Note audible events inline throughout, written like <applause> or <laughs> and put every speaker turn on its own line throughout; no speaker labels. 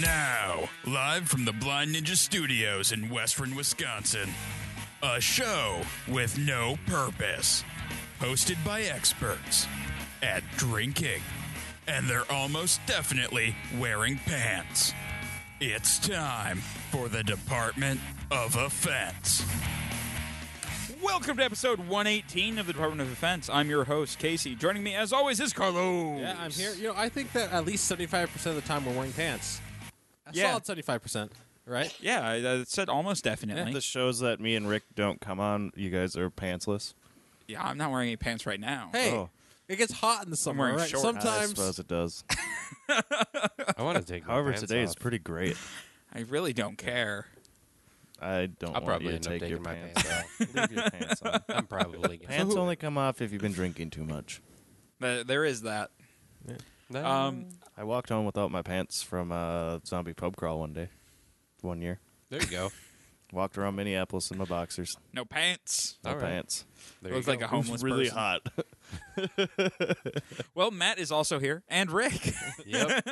Now, live from the Blind Ninja Studios in Western Wisconsin, a show with no purpose, hosted by experts at drinking, and they're almost definitely wearing pants. It's time for the Department of Offense.
Welcome to episode 118 of the Department of Defense. I'm your host, Casey. Joining me, as always, is Carlos.
Yeah, I'm here. You know, I think that at least 75% of the time we're wearing pants. A
Yeah.
solid 75%, right?
Yeah, I, I said almost definitely.
The shows that me and Rick don't come on, you guys are pantsless.
Yeah, I'm not wearing any pants right now.
Hey,
Oh.
it gets hot in the summer,
wearing
right?
shorts.
I
Sometimes
suppose it
<laughs>
does.
I want to take. my
However,
pants
today is
off.
pretty great.
I really don't care.
<laughs>
I don't
I'll
want
probably
you
end
to
up
take your
taking my
pants
pants
off.
off.
Leave your pants
<laughs>
on.
I'm probably gonna.
Pants only come off if you've been drinking too much.
There- there is that.
<laughs> No.
Um,
I walked home without my pants from a zombie pub crawl one day, one year.
there you go.
Walked around Minneapolis in my boxers,
no pants.
no
All right.
pants.
There
Looks
you
like
go.
a homeless
really
person.
hot.
Well, Matt is also here, and Rick. <laughs>
Yep.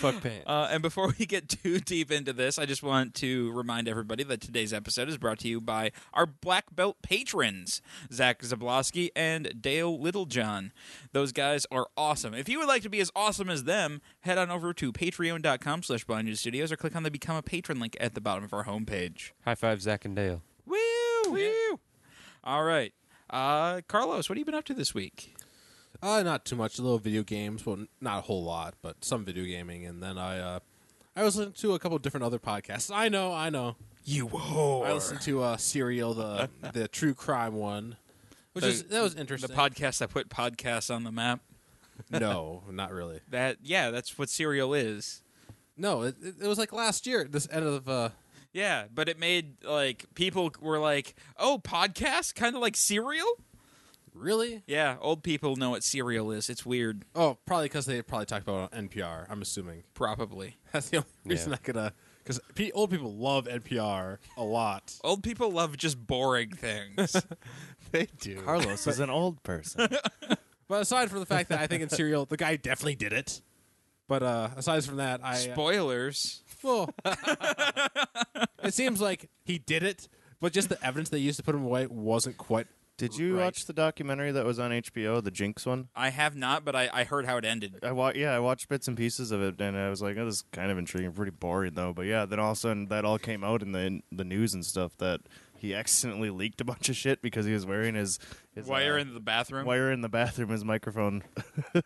Fuck
<laughs>
pants.
Uh, and before we get too deep into this, I just want to remind everybody that today's episode is brought to you by our Black Belt patrons, Zach Zablosky and Dale Littlejohn. Those guys are awesome. If you would like to be as awesome as them, head on over to patreon.com slash blind news studios or click on the Become a Patron link at the bottom of our homepage.
High five, Zach and Dale.
Woo! Woo! All right. Uh, Carlos, what have you been up to this week?
uh, not too much. A little video games, well, n- not a whole lot, but some video gaming. And then I uh, I was listening to a couple different other podcasts. I know, I know.
You whore.
I listened to uh,
<laughs>
Serial, the the true crime one, which
The-
is that was interesting.
The podcast that put podcasts on the map.
<laughs> no, not really.
That yeah, that's what Serial is.
No, it, it it was like last year. This end of uh,
Yeah, but it made like people were like, "Oh, podcast, kind of like cereal."
really
Yeah, old people know what cereal is. It's weird,
Oh, probably because they probably talked about it on NPR. I'm assuming
probably.
that's the only
Yeah.
reason I could. Because pe- old people love NPR a lot.
Old people love just boring things.
<laughs> they do.
<laughs> Carlos is an old
<laughs>
person.
But aside from the fact that I think in Serial the guy definitely did it. But uh, aside from that, I uh,
Spoilers.
well, <laughs> it seems like he did it, but just the evidence they used to put him away wasn't quite.
Did you
Right.
watch the documentary that was on HBO, the Jinx one?
I have not, but I, I heard how it ended.
I wa- yeah, I watched bits and pieces of it, and I was like, "Oh, this is kind of intriguing, pretty boring though." But yeah, then all of a sudden that all came out in the in the news and stuff that he <laughs> accidentally leaked a bunch of shit because he was wearing his, his
Wire
uh,
in the bathroom.
wire in the bathroom, his microphone. <laughs>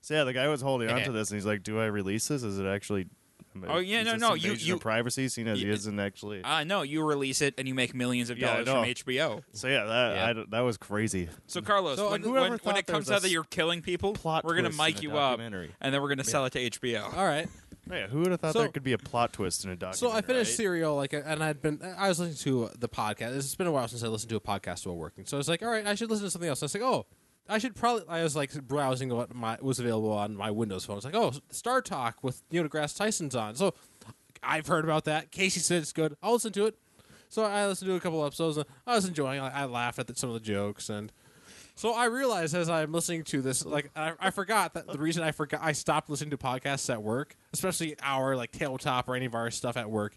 so yeah, the guy was holding on to this, and he's like, "Do I release this? Is it actually?" um,
Oh, yeah,
is
no,
this
no, you-
invasion
you-
of privacy, seeing as he
you-
isn't actually.
Uh, no, you release it and you make millions of
Yeah, I
dollars
know.
from HBO.
so yeah, that
Yeah.
I don't- that was crazy.
So Carlos,
So,
when,
whoever
when, when
thought
it
there
comes
was a
out that you're killing people,
plot
we're gonna
twist
mic
in a
you up, and
documentary.
then we're gonna sell it to HBO.
All right.
Yeah, who would have thought
So-
there could be a plot twist in a documentary?
So I finished
right?
Serial, like, and I'd been, I was listening to the podcast. It's been a while since I listened to a podcast while working. So I was like, all right, I should listen to something else. I was like, oh, I should probably. I was like browsing what my was available on my Windows phone. I was like, oh, Star Talk with Neil deGrasse Tyson's on. So I've heard about that. Casey said it's good. I'll listen to it. So I listened to a couple episodes. And I was enjoying. it. I, I laughed at the, some of the jokes and. So I realized as I'm listening to this, like I, I forgot that the reason I forgot I stopped listening to podcasts at work, especially our like tabletop or any of our stuff at work,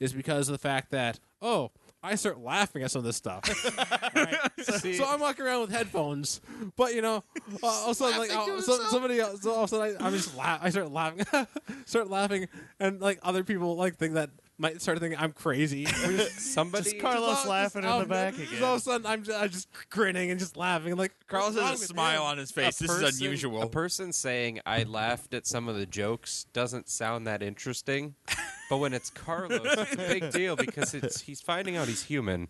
is because of the fact that oh I start laughing at some of this stuff. <laughs> so, so I'm walking around with headphones, but you know, uh, all of a sudden like oh, so, somebody else, so all of a sudden I, I'm just la- I start laughing, <laughs> start laughing, and like other people like think that might start thinking I'm crazy. We're just-
Somebody.
Just Carlos
just all-
laughing
just all-
in the back
just
again.
All of a sudden, I'm just, I'm just grinning and just laughing. Like
Carlos
what's wrong
has a
with
smile
him?
on his face.
a
this is
person-
unusual.
A person saying I laughed at some of the jokes doesn't sound that interesting, but when it's Carlos, it's a big deal because it's he's finding out he's human.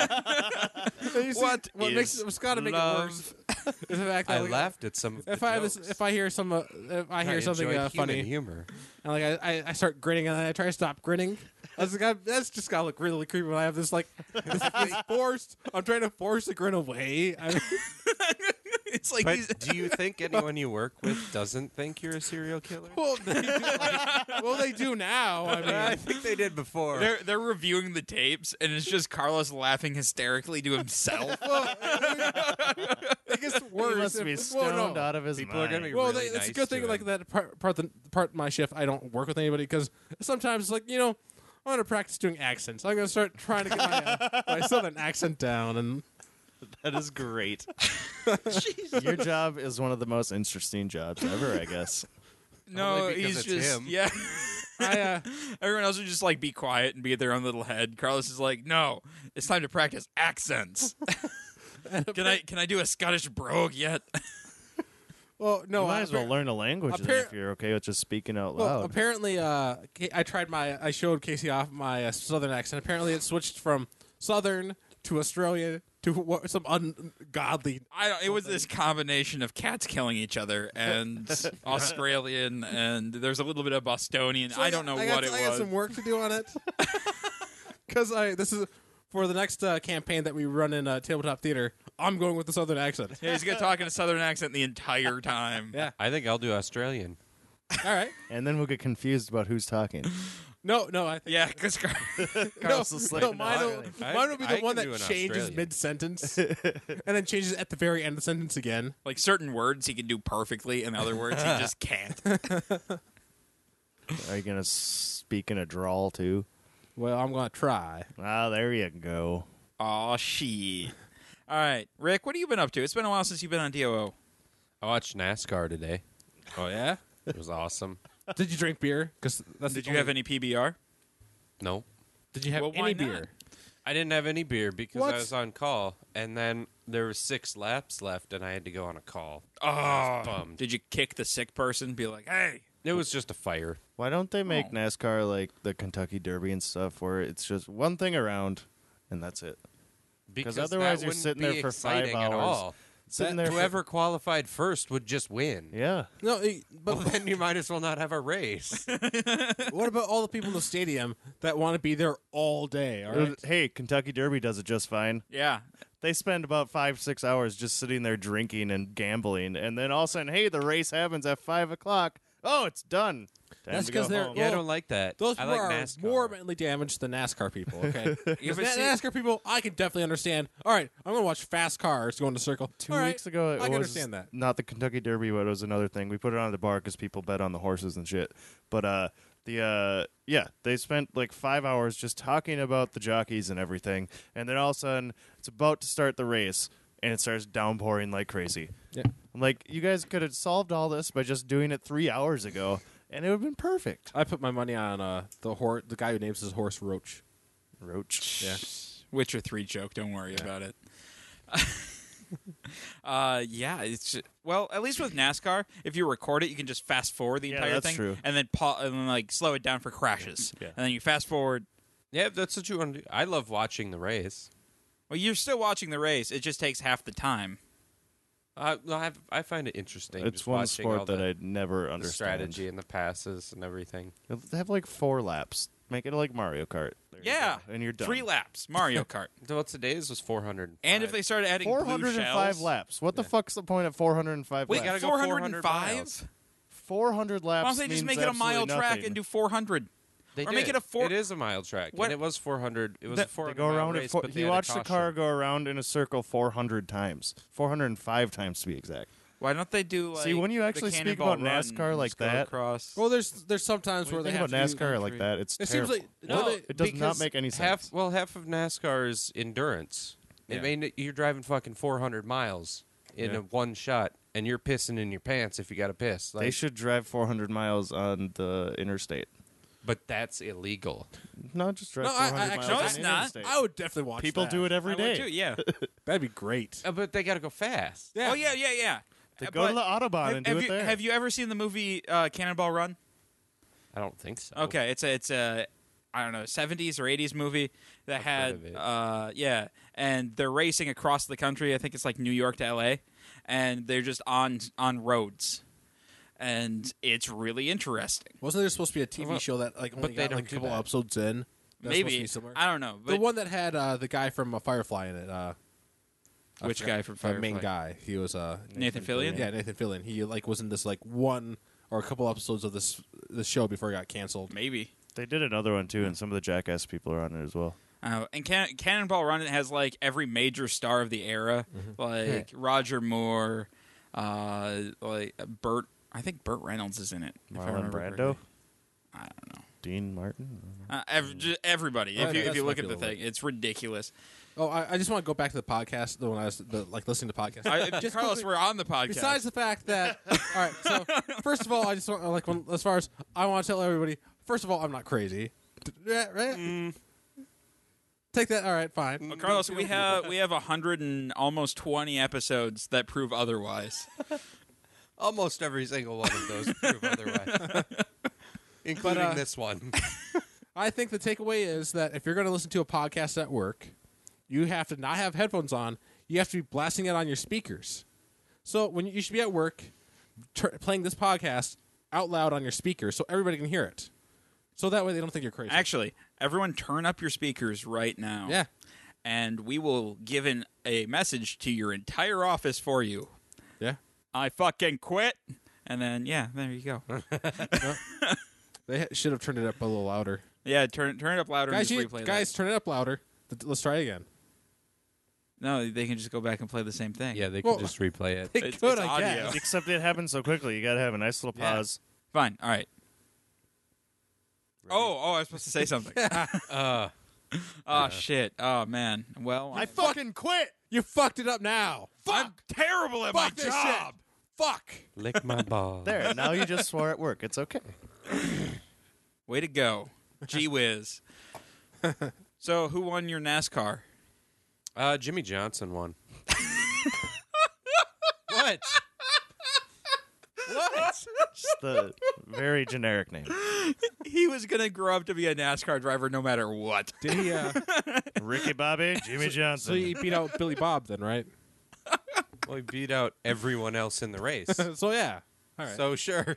And you see,
What
what makes
is
what's got to make it worse <laughs> is the fact that
I
like,
laughed at some of
If
the
I have
jokes.
this, if I hear some, uh, if I hear something
enjoyed
uh,
human
funny,
humor.
and like I, I, I start grinning and then I try to stop grinning. <laughs> That's like, I- that's just gotta look really creepy when I have this like this, this forced. I'm trying to force the grin away. I mean,
<laughs>
<laughs>
it's like
<laughs>
he's-
But do you think anyone you work with doesn't think you're a serial killer?
well, they do, like, well, they do now.
<laughs>
I mean,
think they did before.
They're they're reviewing the tapes, and it's just Carlos laughing hysterically to himself.
it gets worse.
He must
if-
be
well,
stoned
no.
out of his
People are
mind.
gonna be
Well,
really
they- it's a
nice
good
to
thing. Like
him.
that part, part, the part of my shift, I don't work with anybody because sometimes it's like you know, I want to practice doing accents. I'm gonna start trying to get my,
<laughs>
uh, my southern accent down, and
that is <laughs> great. Your job is one of the most interesting jobs ever,
<laughs>
I guess.
No,
Only because
he's
it's
just
him.
yeah. <laughs>
I
<laughs>
uh,
Everyone else would just like be quiet and be at their own little head. Carlos is like, no, it's time to practice accents. can I can I do a Scottish brogue yet?
well, no,
you might
I-
as well learn a language then
appar-
if you're okay with just speaking out
Well,
loud.
apparently, uh, K- I tried my. I showed Casey off my uh, southern accent. Apparently, it switched from southern to Australian to what, some ungodly.
I don't, it was this combination of cats killing each other
<laughs>
and Australian and there's a little bit of Bostonian. I don't know
I
what
got,
it
I got
was.
some work to do on <laughs> it because I this is for the next uh, campaign that we run in uh, tabletop theater. I'm going with the southern <laughs> accent.
Yeah, he's gonna talk in a southern accent the
<laughs>
entire time.
Yeah.
I think I'll do Australian.
All right.
and then we'll get confused about who's talking.
<laughs> No, no, I think.
yeah, because
No,
Carlos is like,
no, mine will,
"Australian."
I-
mine will be
I
the
can
one
do
that
an
changes
Australian.
mid <laughs> sentence and then changes at the very end of the sentence again.
<laughs> like certain words he can do perfectly, and other words he
<laughs>
just can't.
Are you gonna speak in a drawl too?
Well, I'm going to try.
Ah, there you go.
Aw, she. All right, Rick, what have you been up to? It's been a while since you've been on DOO.
I watched NASCAR today.
Oh, yeah?
It was awesome.
Did you drink beer? Because that's
Did
the
you have
only-
any PBR?
No,
Did you have
Well, why
any
not?
beer?
I didn't have any beer because
What?
I was on call, and then there were six laps left, and I had to go on a call.
Oh,
bummed.
did you kick the sick person? Be like, hey,
It was just a fire.
Why don't they make
Oh.
NASCAR like the Kentucky Derby and stuff, where it's just one thing around, and that's it?
Because
otherwise
that
you're
wouldn't
sitting
be
there for five
exciting at
hours.
all.
Sitting there, for-
Whoever qualified first would just win.
yeah,
No, eh, but <laughs>
<laughs> Well, then you might as well not have a race.
what about all the people in the stadium that want to be there all day? All right.
hey, Kentucky Derby does it just fine.
yeah,
They spend about five, six hours just sitting there drinking and gambling, and then all of a sudden, hey, the race happens at five o'clock. Oh, it's done. Time
That's
to go
'cause they're-
home.
yeah, I
Well,
don't like that.
Those
I
people
like
are
NASCAR.
more mentally damaged than NASCAR people. Okay,
<laughs>
'Cause
Yeah, but
Na-
see-
NASCAR people, I can definitely understand. All right, I'm going to watch fast cars go in a circle.
Two
All right,
weeks ago, it
I can
was
understand that.
not the Kentucky Derby, but it was another thing. We put it on the bar because people bet on the horses and shit. But uh, the uh, yeah, they spent like five hours just talking about the jockeys and everything, and then all of a sudden, it's about to start the race, and it starts downpouring like crazy.
Yeah.
I'm like, you guys could have solved all this by just doing it three hours ago, and it would have been perfect.
I put my money on uh, the horse, the guy who names his horse Roach.
Roach.
Yeah.
Witcher three joke. Don't worry about it. <laughs> uh, yeah, it's well. At least with NASCAR, if you record it, you can just fast forward the
Yeah,
entire
that's
thing,
true.
and then pa- and then like slow it down for crashes,
Yeah.
and then you fast forward.
Yeah, if that's what you want to do. I love watching the race.
Well, you're still watching the race. It just takes half the time.
Uh, no, I, I find it interesting.
It's
just
one
watching all
sport that
the,
I'd never
the
understand.
strategy and the passes and everything.
They have like four laps. Make it like Mario Kart. There you
yeah,
go, and you're done.
Three laps, Mario
<laughs>
Kart.
So what today's was 400.
And if they started adding blue
405
shells-
laps. What the fuck's the point of 405
Wait,
You gotta
laps?
go 400
405?
miles.
400 laps.
Why don't they just
means
make it a
absolutely
mile track
nothing.
and do 400?
They
or make
did.
it a four-
It is a mile track.
What-
And it was 400. It was a
They
400
go
mile
around.
race,
in four,
but they
you
had a
watch the car
caution.
go around in a circle 400 times, 405 times to be exact.
Why don't they do like
See, when you
the
actually speak
Cannonball
about
Run and
NASCAR
just
like
go
that-
across?
Well, there's there's sometimes
When
where
you
they
think
have
about
to do-
NASCAR like that, it's
It seems
terrible.
like
No,
well,
it does not
because
make any sense.
Half, well, half of NASCAR is endurance.
Yeah.
It mean you're driving fucking 400 miles in
Yeah.
a one shot, and you're pissing in your pants if you got to piss. Like,
they should drive 400 miles on the interstate.
but that's illegal.
No, just drive
No, I- I
400 miles
actually-
on
No, it's
the
not.
interstate.
I would definitely watch.
People
that.
do it
I
every
would
day.
too, yeah.
<laughs>
That'd be great.
Uh, but they got to go fast.
Yeah.
Oh yeah, yeah, yeah.
They
Uh,
go to the
but
Autobahn
have,
and do
have
it
you,
there.
Have you ever seen the movie uh, Cannonball Run?
I don't think so.
Okay, it's a it's a I don't know, 70s or 80s movie that
heard
had
of it.
uh yeah, and they're racing across the country. I think it's like New York to LA and they're just on on roads. And it's really interesting.
Wasn't there supposed to be a TV
Well,
show that like only
they
got
don't
like a
do
couple
that.
episodes in? That's supposed to
Maybe
be similar.
I don't know, but
the one that had uh, the guy from uh, Firefly in it. Uh, I
Which
forgot-
guy from
The main
Firefly?
guy. He was uh,
Nathan Fillion?
Yeah, Nathan Fillion. He like was in this like one or a couple episodes of this this show before it got canceled.
maybe
They did another one too, and some of the jackass people are on it as well.
Uh, and Can- Cannonball Run it has like every major star of the era,
Mm-hmm.
like Roger Moore, uh, like Burt. I think Burt Reynolds is in it. if I
Marlon
remember
Brando,
correctly. I don't know.
Dean Martin.
Uh, ev- ju- everybody,
Oh,
if you,
yeah,
if you
that's
look
my
at the
feeling.
thing, it's ridiculous.
Oh, I, I just want to go back to the podcast. The one I was the, like listening to
<laughs>
podcasts.
I,
Just
Uh, Carlos,
quickly-
we're on the podcast.
Besides the fact that, all right.
<laughs>
So first of all, I just want like when, as far as I want to tell everybody. First of all, I'm not crazy. Right? right?
Mm.
Take that. All right, fine.
Well, Uh, Carlos, we have we have a hundred and almost twenty episodes that prove otherwise.
Almost every single one of those
<laughs>
prove otherwise, including
uh,
this <laughs> one.
I think the takeaway is that if you're going to listen to a podcast at work, you have to not have headphones on. You have to be blasting it on your speakers. So when you, you should be at work, tur- playing this podcast out loud on your speakers so everybody can hear it. So that way they don't think you're crazy.
Actually, everyone, turn up your speakers right now.
Yeah.
and we will give in a message to your entire office for you.
yeah.
I fucking quit. And then yeah, there you go.
They ha- should have turned it up a little louder.
yeah, turn turn it up louder and
guys, you-
just replay that.
guys, turn it up louder. Th- Let's try it again.
No, they can just go back and play the same thing.
they
could Well- just
just replay
They
It's-
could,
it's
I
audio.
guess.
<laughs> Except it happened so quickly. You got to have a nice little
Yeah.
pause.
Fine. All right. Oh, oh! I was supposed to say
<laughs>
something. <laughs>
Uh,
Oh shit! Oh man. Well,
I fucking quit.
You fucked it up now.
I'm terrible at
Fuck
my
this
job.
shit. Fuck.
<laughs>
lick my ball.
There. Now you just swore at work. It's okay.
Way to
<laughs>
go. Gee whiz. so, who won your NASCAR?
Uh, Jimmy
<laughs>
Johnson won. what?
Just the very generic name.
He was going to grow up to be a NASCAR driver no matter what.
Did he? Uh,
Ricky Bobby, Jimmy
so
Johnson.
he beat out Billy Bob
<laughs>
then, right?
Well, he beat out everyone else in the race.
<laughs>
so yeah. All right.
So sure,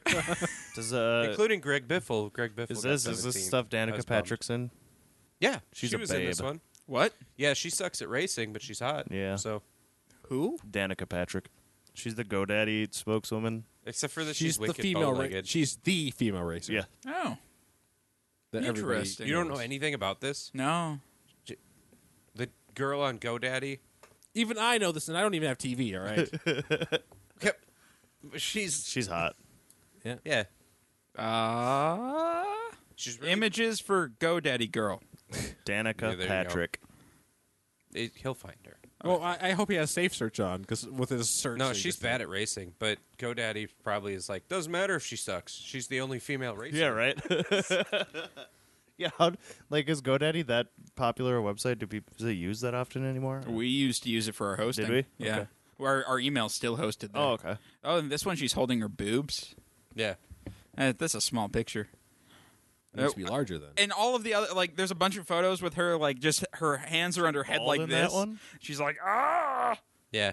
Does, uh,
including Greg Biffle. Greg Biffle.
is
got
this is
17.
this stuff
I
Danica
was bummed.
Patrickson?
Yeah,
She's
she
a
was in this
babe.
one.
What?
Yeah, she sucks at racing, but she's hot.
Yeah.
So
Who?
Danica Patrick. She's the GoDaddy spokeswoman.
except for that she's,
she's the
wicked
female. Ra-
bow-legged.
she's the female racer.
Yeah.
Oh,
That everybody
Interesting.
you don't know
knows.
anything about this.
no.
The girl on GoDaddy.
Even I know this, and I don't even have TV. All <laughs> right.
She's
She's hot.
yeah.
Uh,
She's really,
images for GoDaddy Girl.
Danica
Yeah, there you
Patrick.
it- he'll find her.
well, I, I hope he has safe search on because with his search.
No, she's bad at racing, but GoDaddy probably is like doesn't matter if she sucks. She's the only female
<laughs>
racer.
Yeah, right.
<laughs>
yeah, how, like is GoDaddy that popular a website? Do people does it use that often anymore?
We used to use it for our hosting.
Did we?
Yeah.
Okay.
Our, our email's still hosted there.
Oh, okay.
Oh, and this one, she's holding her boobs.
Yeah.
Uh, that's a small picture.
It needs to be larger then.
and all of the other like there's a bunch of photos with her like just her hands around her head
Bald
like
in that
this
one?
she's like ah
Yeah.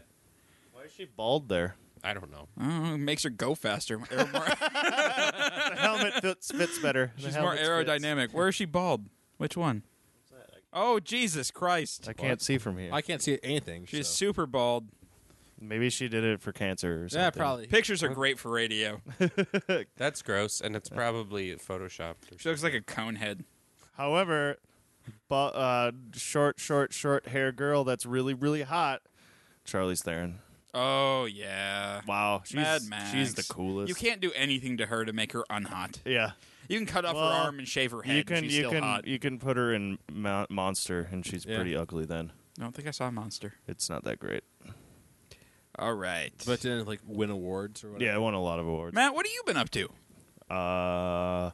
Why is she bald there?
<laughs>
I don't know.
Oh, it makes her go faster Aer-
<laughs>
more,
The helmet <laughs> fits, fits better. The
she's more
helmet fits.
aerodynamic where is she bald which one oh jesus christ
I can't see from here.
I can't see anything.
she's
so.
super bald
Maybe she did it for cancer or something.
yeah, probably.
pictures are great for radio
That's gross, and it's probably photoshopped. Or
she looks like a cone head
However, bu- uh, short, short, short hair girl that's really, really hot. Charlize Theron.
oh yeah
Wow, she's
Mad Max.
she's the coolest.
You can't do anything to her to make her unhot.
Yeah,
You can cut off
Well,
her arm and shave her head.
you can.
and she's
you
still
can.
hot.
You can put her in Mount Monster, and she's
Yeah.
pretty ugly. Then
I don't think I saw a monster.
it's not that great.
All right,
But didn't like win awards or
Yeah,
whatever.
I won a lot of awards.
Matt, what have you been up to?
Uh,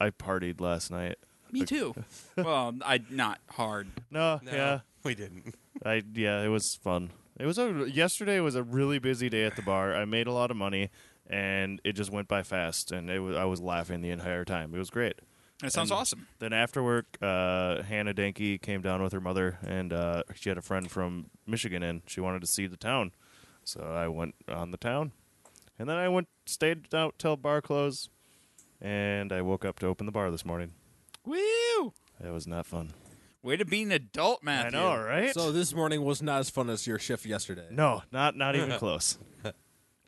I partied last night.
Me too.
<laughs>
well, I not hard.
No,
No,
yeah,
<laughs> we didn't.
I yeah, it was fun. It was a yesterday was a really busy day at the bar. I made a lot of money, and it just went by fast. And it was I was laughing the entire time. It was great.
That sounds awesome.
Then after work, uh, Hannah Denke came down with her mother, and uh, she had a friend from Michigan, and she wanted to see the town, so I went on the town, and then I went stayed out till bar close, and I woke up to open the bar this morning.
Woo!
It was not fun.
Way to be an adult, Matthew.
I know, right?
So this morning was not as fun as your shift yesterday.
<laughs>
no, not not even close.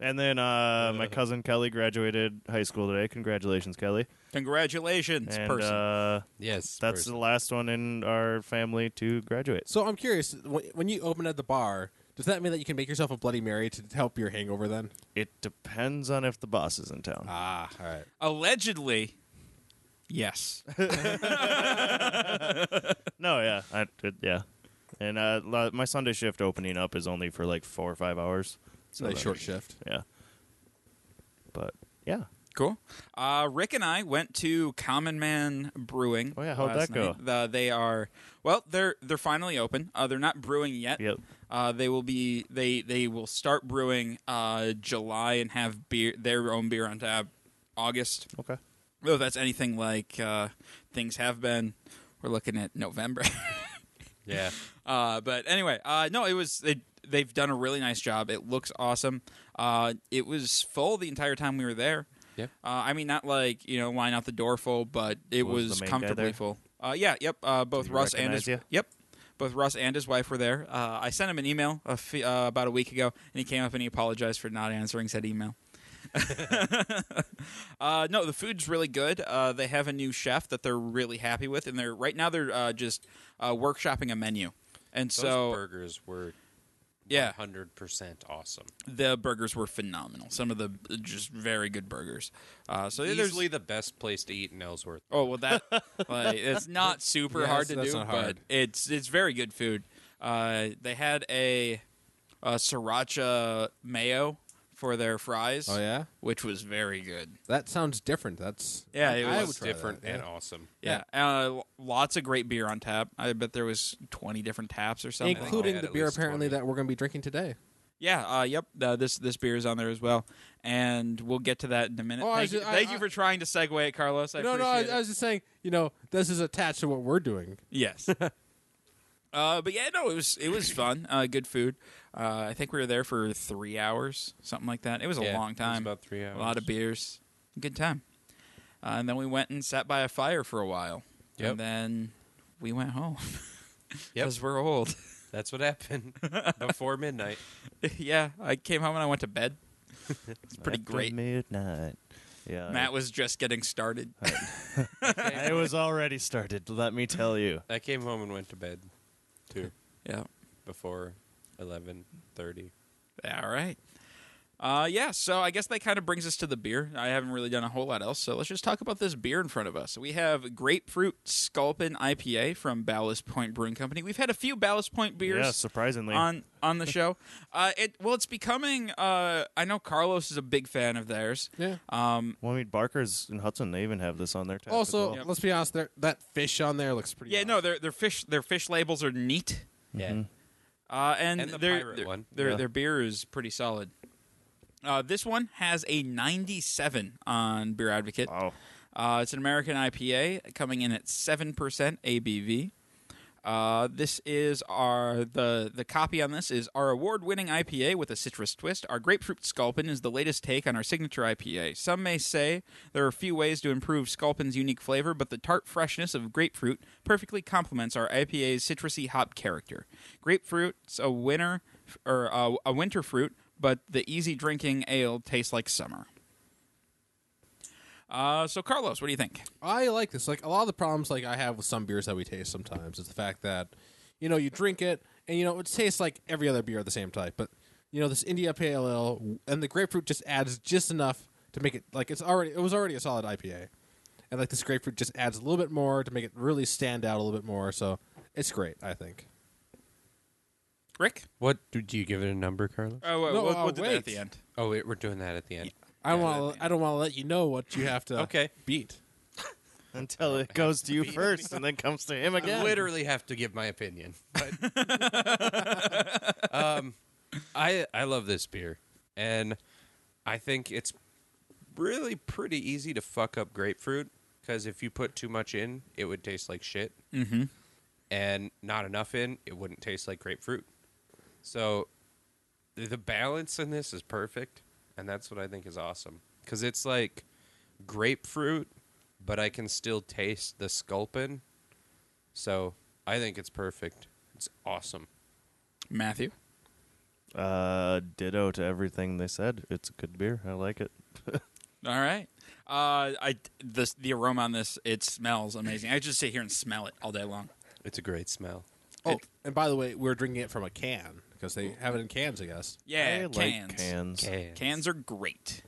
And then uh, my cousin Kelly graduated high school today. Congratulations, Kelly.
Congratulations,
And
person.
uh,
Yes,
<laughs> that's
person.
the last one in our family to graduate.
So I'm curious, when when you open at the bar, does that mean that you can make yourself a Bloody Mary to help your hangover then?
It depends on if the boss is in town.
Ah, all right.
Allegedly, yes.
No, yeah, I, it- yeah. And uh, lo- my Sunday shift opening up is only for like four or five hours.
It's a nice
that-
short shift.
Yeah. But yeah,
Cool. Uh, Rick and I went to Common Man Brewing.
Oh, yeah, how'd
last
that go?
night. The- they are well. They're they're finally open. Uh, they're not brewing yet.
Yep.
Uh, they will be. They they will start brewing uh, July and have beer their own beer on tap August.
okay.
If that's anything like uh, things have been, we're looking at November. <laughs>
<laughs> yeah.
Uh, but anyway, uh, no, it was they they've done a really nice job. It looks awesome. Uh, it was full the entire time we were there.
Yeah.
Uh, I mean, not like you know line out the door full, but it
Was
was,
the main guy
comfortably
there?
full. Uh, yeah. Yep. Uh, both
he
Russ and
recognize
his
you?
yep. Both Russ and his wife were there. Uh, I sent him an email a f- uh, about a week ago, and he came up and he apologized for not answering said
<laughs>
email. <laughs> Uh, no, the food's really good. Uh, they have a new chef that they're really happy with, and they're right now they're uh, just uh, workshopping a menu. And
Those
so
burgers were
Yeah.
100% awesome.
the burgers were phenomenal. Some of the uh, just very good burgers. Uh, so there's-
Easily the best place to eat in Ellsworth.
oh well that
<laughs>
like, it's not super
Yeah,
hard
that's-
to
that's
do,
not
but
hard.
it's it's very good food. Uh, they had a, a sriracha mayo for their fries.
Oh yeah,
which was very good.
that sounds different. That's
Yeah, it
I
was
was
try that,
different and
yeah.
awesome.
Yeah, uh, lots of great beer on tap. I bet there was twenty different taps or something.
including
had
the
at
beer
least
apparently
20.
that we're going to be drinking today.
Yeah, uh, yep. Uh, this this beer is on there as well, and we'll get to that in a minute.
Oh, I
thank
was
you,
ju- I-
thank
I-
you for trying to segue it, Carlos. I
no, no,
appreciate
I,
it.
I was just saying, you know, this is attached to what we're doing.
<laughs>
Yes. uh, but yeah, no, it was it was fun. Uh, good food. Uh, I think we were there for three hours, something like that. It was a
Yeah, it
long
was
time.
about three
A lot
hours.
of beers. Good time. Uh, and then we went and sat by a fire for a while.
Yep.
And then we went home <laughs>
Yep.
because we're old. <laughs>
That's what happened
<laughs>
before midnight.
yeah, I came home and I went to
<laughs>
bed. It's pretty
After
great.
Midnight. Yeah.
Matt was just getting started.
it was already started. Let me tell you.
I came home and went to bed too
yeah.
before 11:30.
All right. Uh, yeah, so I guess that kind of brings us to the beer. I haven't really done a whole lot else, so let's just talk about this beer in front of us. We have Grapefruit Sculpin IPA from Ballast Point Brewing Company. We've had a few Ballast Point beers
Yeah, surprisingly.
on on the show. <laughs> Uh, it well, it's becoming. Uh, I know Carlos is a big fan of theirs.
Yeah.
Um,
well, I mean, Barker's and Hudson, they even have this on their Oh. tap. as
also,
well.
let's be honest, there, that fish on there looks pretty.
yeah,
awesome.
no, their their fish their fish labels are neat.
Yeah.
Uh, and,
And the
their,
pirate
their,
one.
Their,
Yeah.
their beer is pretty solid. Uh, this one has a 97 on Beer Advocate.
Wow.
Uh, it's an American IPA coming in at 7% ABV. Uh, this is our the the copy on this is our award-winning IPA with a citrus twist. Our grapefruit sculpin is the latest take on our signature IPA. Some may say there are a few ways to improve sculpin's unique flavor, but the tart freshness of grapefruit perfectly complements our IPA's citrusy hop character. Grapefruit's a winter or uh, a winter fruit, but the easy drinking ale tastes like summer. Uh, so Carlos, what do you think?
I like this. Like a lot of the problems like I have with some beers that we taste sometimes is the fact that you know you drink it and you know it tastes like every other beer of the same type, but you know this India Pale Ale and the grapefruit just adds just enough to make it like it's already it was already a solid IPA, and like this grapefruit just adds a little bit more to make it really stand out a little bit more. So it's great, I think.
Rick?
What do, do you give it a number, Carlos?
Oh, wait,
No,
we'll,
uh,
we'll do that at
wait.
the end.
Oh, wait, we're doing that at the end.
I
Yeah,
want I don't want to let you know what you have to
Okay.
beat.
Until it goes to you first and then comes to him
I
again.
literally have to give my opinion. But um, I I love this beer, and I think it's really pretty easy to fuck up grapefruit because if you put too much in, it would taste like shit, mm-hmm. and not enough in, it wouldn't taste like grapefruit. So the the balance in this is perfect, and that's what I think is awesome because it's like grapefruit, but I can still taste the sculpin. So I think it's perfect. It's awesome.
Matthew?
Uh, ditto to everything they said. It's a good beer. I like it.
All right. Uh, I the the aroma on this it smells amazing. I could just sit here and smell it all day long.
It's a great smell.
Oh, and by the way, we're drinking it from a can because they have it in cans, I guess.
Yeah, cans.
I like cans.
Cans.
Cans are great.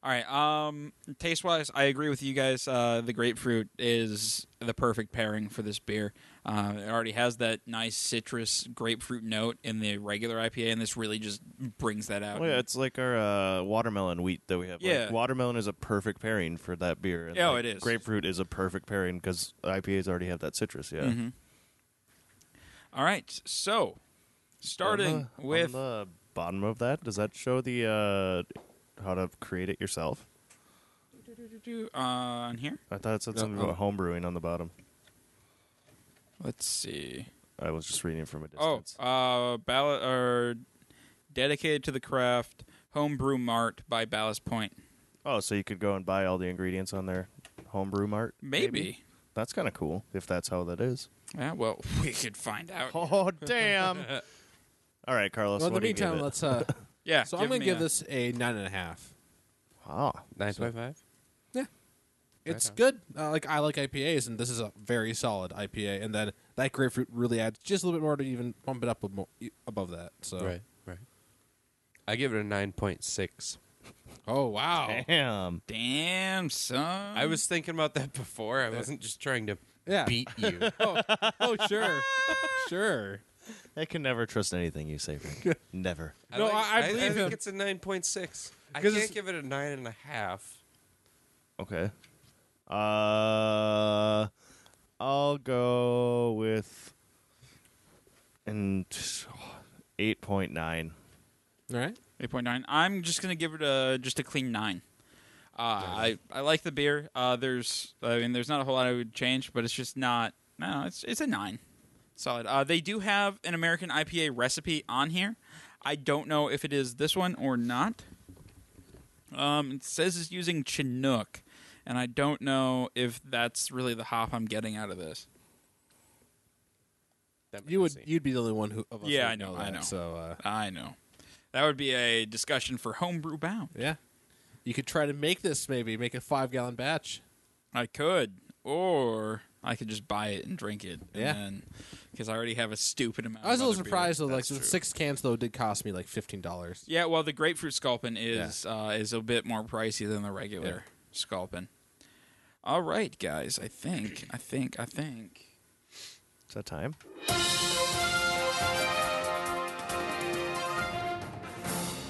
All right. Um, taste wise, I agree with you guys. Uh, the grapefruit is the perfect pairing for this beer. Uh, it already has that nice citrus grapefruit note in the regular IPA, and this really just brings that out.
Oh, yeah, it's like our uh, watermelon wheat that we have. Like,
Yeah.
watermelon is a perfect pairing for that beer. and,
Yeah, oh,
like,
it is.
Grapefruit is a perfect pairing because IPAs already have that citrus. Yeah.
Mm-hmm. all right. So,
On
starting
the-
with
on the bottom of that, does that show the uh, how to create it yourself?
uh, on here.
I thought it said something
no.
about home brewing on the bottom.
Let's see.
I was just reading from a
Oh,
distance.
uh, ballot or dedicated to the craft homebrew mart by Ballast Point.
Oh, so you could go and buy all the ingredients on their homebrew mart?
Maybe.
That's kind of cool if that's how that is.
Yeah, well, <laughs> we could find out.
<laughs> Oh, damn.
<laughs>
all right, Carlos.
Well, in the
what do you
meantime,
give it?
let's. Uh,
Yeah.
so I'm
going
gonna
to
give this a nine and a half.
Ah,
Nine point five.
Yeah, it's good. Uh, like I like IPAs, and this is a very solid IPA. And then that grapefruit really adds just a little bit more to even bump it up a mo- e- above that. So
Right. Right. I give it a nine point six.
oh wow,
damn.
Damn, son.
I was thinking about that <laughs> before. I wasn't just trying to
Yeah.
beat
<laughs>
you.
oh, oh
<laughs>
sure, sure.
I can never trust anything you say,
<laughs>
Rick. never.
No,
like-
I- I
I
believe
think
him.
it's a nine point six. I
'Cause
can't
it's-
give it a nine and a half.
Okay. Uh, I'll go with and eight point nine.
All right.
8.9. I'm just going to give it a just a clean 9. Uh, I, I like the beer. Uh, there's I mean there's not a whole lot I would change, but it's just not no, it's it's a 9. Solid. Uh, they do have an American IPA recipe on here. I don't know if it is this one or not. Um, it says it's using Chinook, and I don't know if that's really the hop I'm getting out of this.
That
You would
makes sense.
you'd be the only one who of us
Yeah,
who
I know,
that,
I know.
So uh,
I know. That would be a discussion for homebrew bound.
yeah, you could try to make this maybe make a five gallon batch.
I could, or I could just buy it and drink it.
Yeah.
because I already have a stupid amount.
I was a
of
little
other beer.
surprised though. Like
That's
the
true.
six cans though did cost me like fifteen dollars.
Yeah, well, the grapefruit sculpin is uh, is a bit more pricey than the regular sculpin. All right, guys. I think. I think. I think.
Is that time?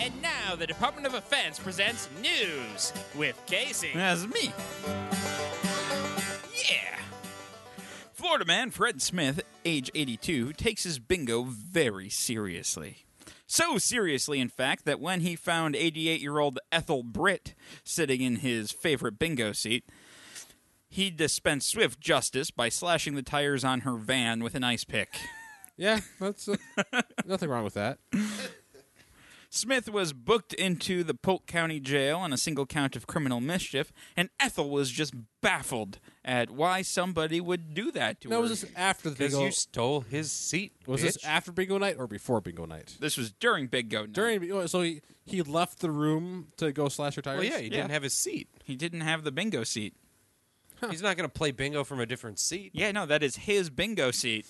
And now the Department of Defense presents news with Casey.
That's me. Yeah. Florida man Fred Smith, age 82, takes his bingo very seriously. So seriously, in fact, that when he found 88 year old Ethel Britt sitting in his favorite bingo seat, he dispensed swift justice by slashing the tires on her van with an ice pick.
Yeah, that's uh, <laughs> nothing wrong with
<laughs>
that.
Smith was booked into the Polk County Jail on a single count of criminal mischief, and Ethel was just baffled at why somebody would do that to
No,
her.
was this after the
because
bingo?
you stole his seat.
was this
bitch.
after bingo night or before bingo night?
This was during Big Go Night.
During bingo- so he, he left the room to go slash her tires.
Well, yeah, he didn't
Yeah.
have his seat.
he didn't have the bingo seat.
He's not going to play bingo from a different seat.
Yeah, no, that is his bingo seat.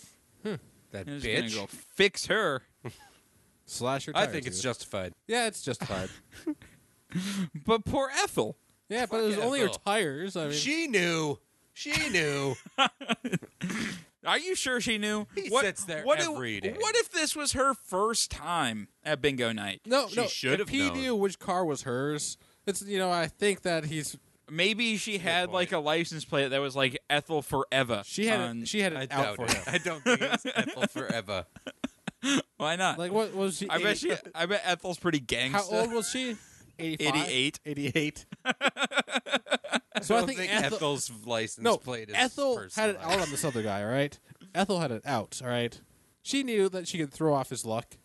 That
He's
bitch.
gonna go fix her.
slash her
I
tires.
think it's
dude.
justified.
yeah, it's
<laughs>
justified.
But poor Ethel.
yeah, but it was only her
Ethel.
tires. I mean,
She knew. She knew.
Are you sure she knew?
He sits there
what
every
if,
day.
What if this was her first time at bingo night?
no,
she
no.
should
if
have
he
known.
knew which car was hers, it's you know I think that he's
Maybe she had
point.
like a license plate that was like Ethel forever.
she had
on-
it, she had
I
it out
doubt
for
it.
him.
I don't think <laughs> it's Ethel forever.
Why not?
Like what
<laughs>
was she?
I bet
80 <laughs>
she. I bet Ethel's pretty gangsta.
How old was she? 85?
88.
88. <laughs> so I,
I don't
think,
think
Ethel,
Ethel's license
no,
plate is
Ethel had
personal.
it out on this other guy, all right? Ethel had it out, all right? She knew that she could throw off his luck.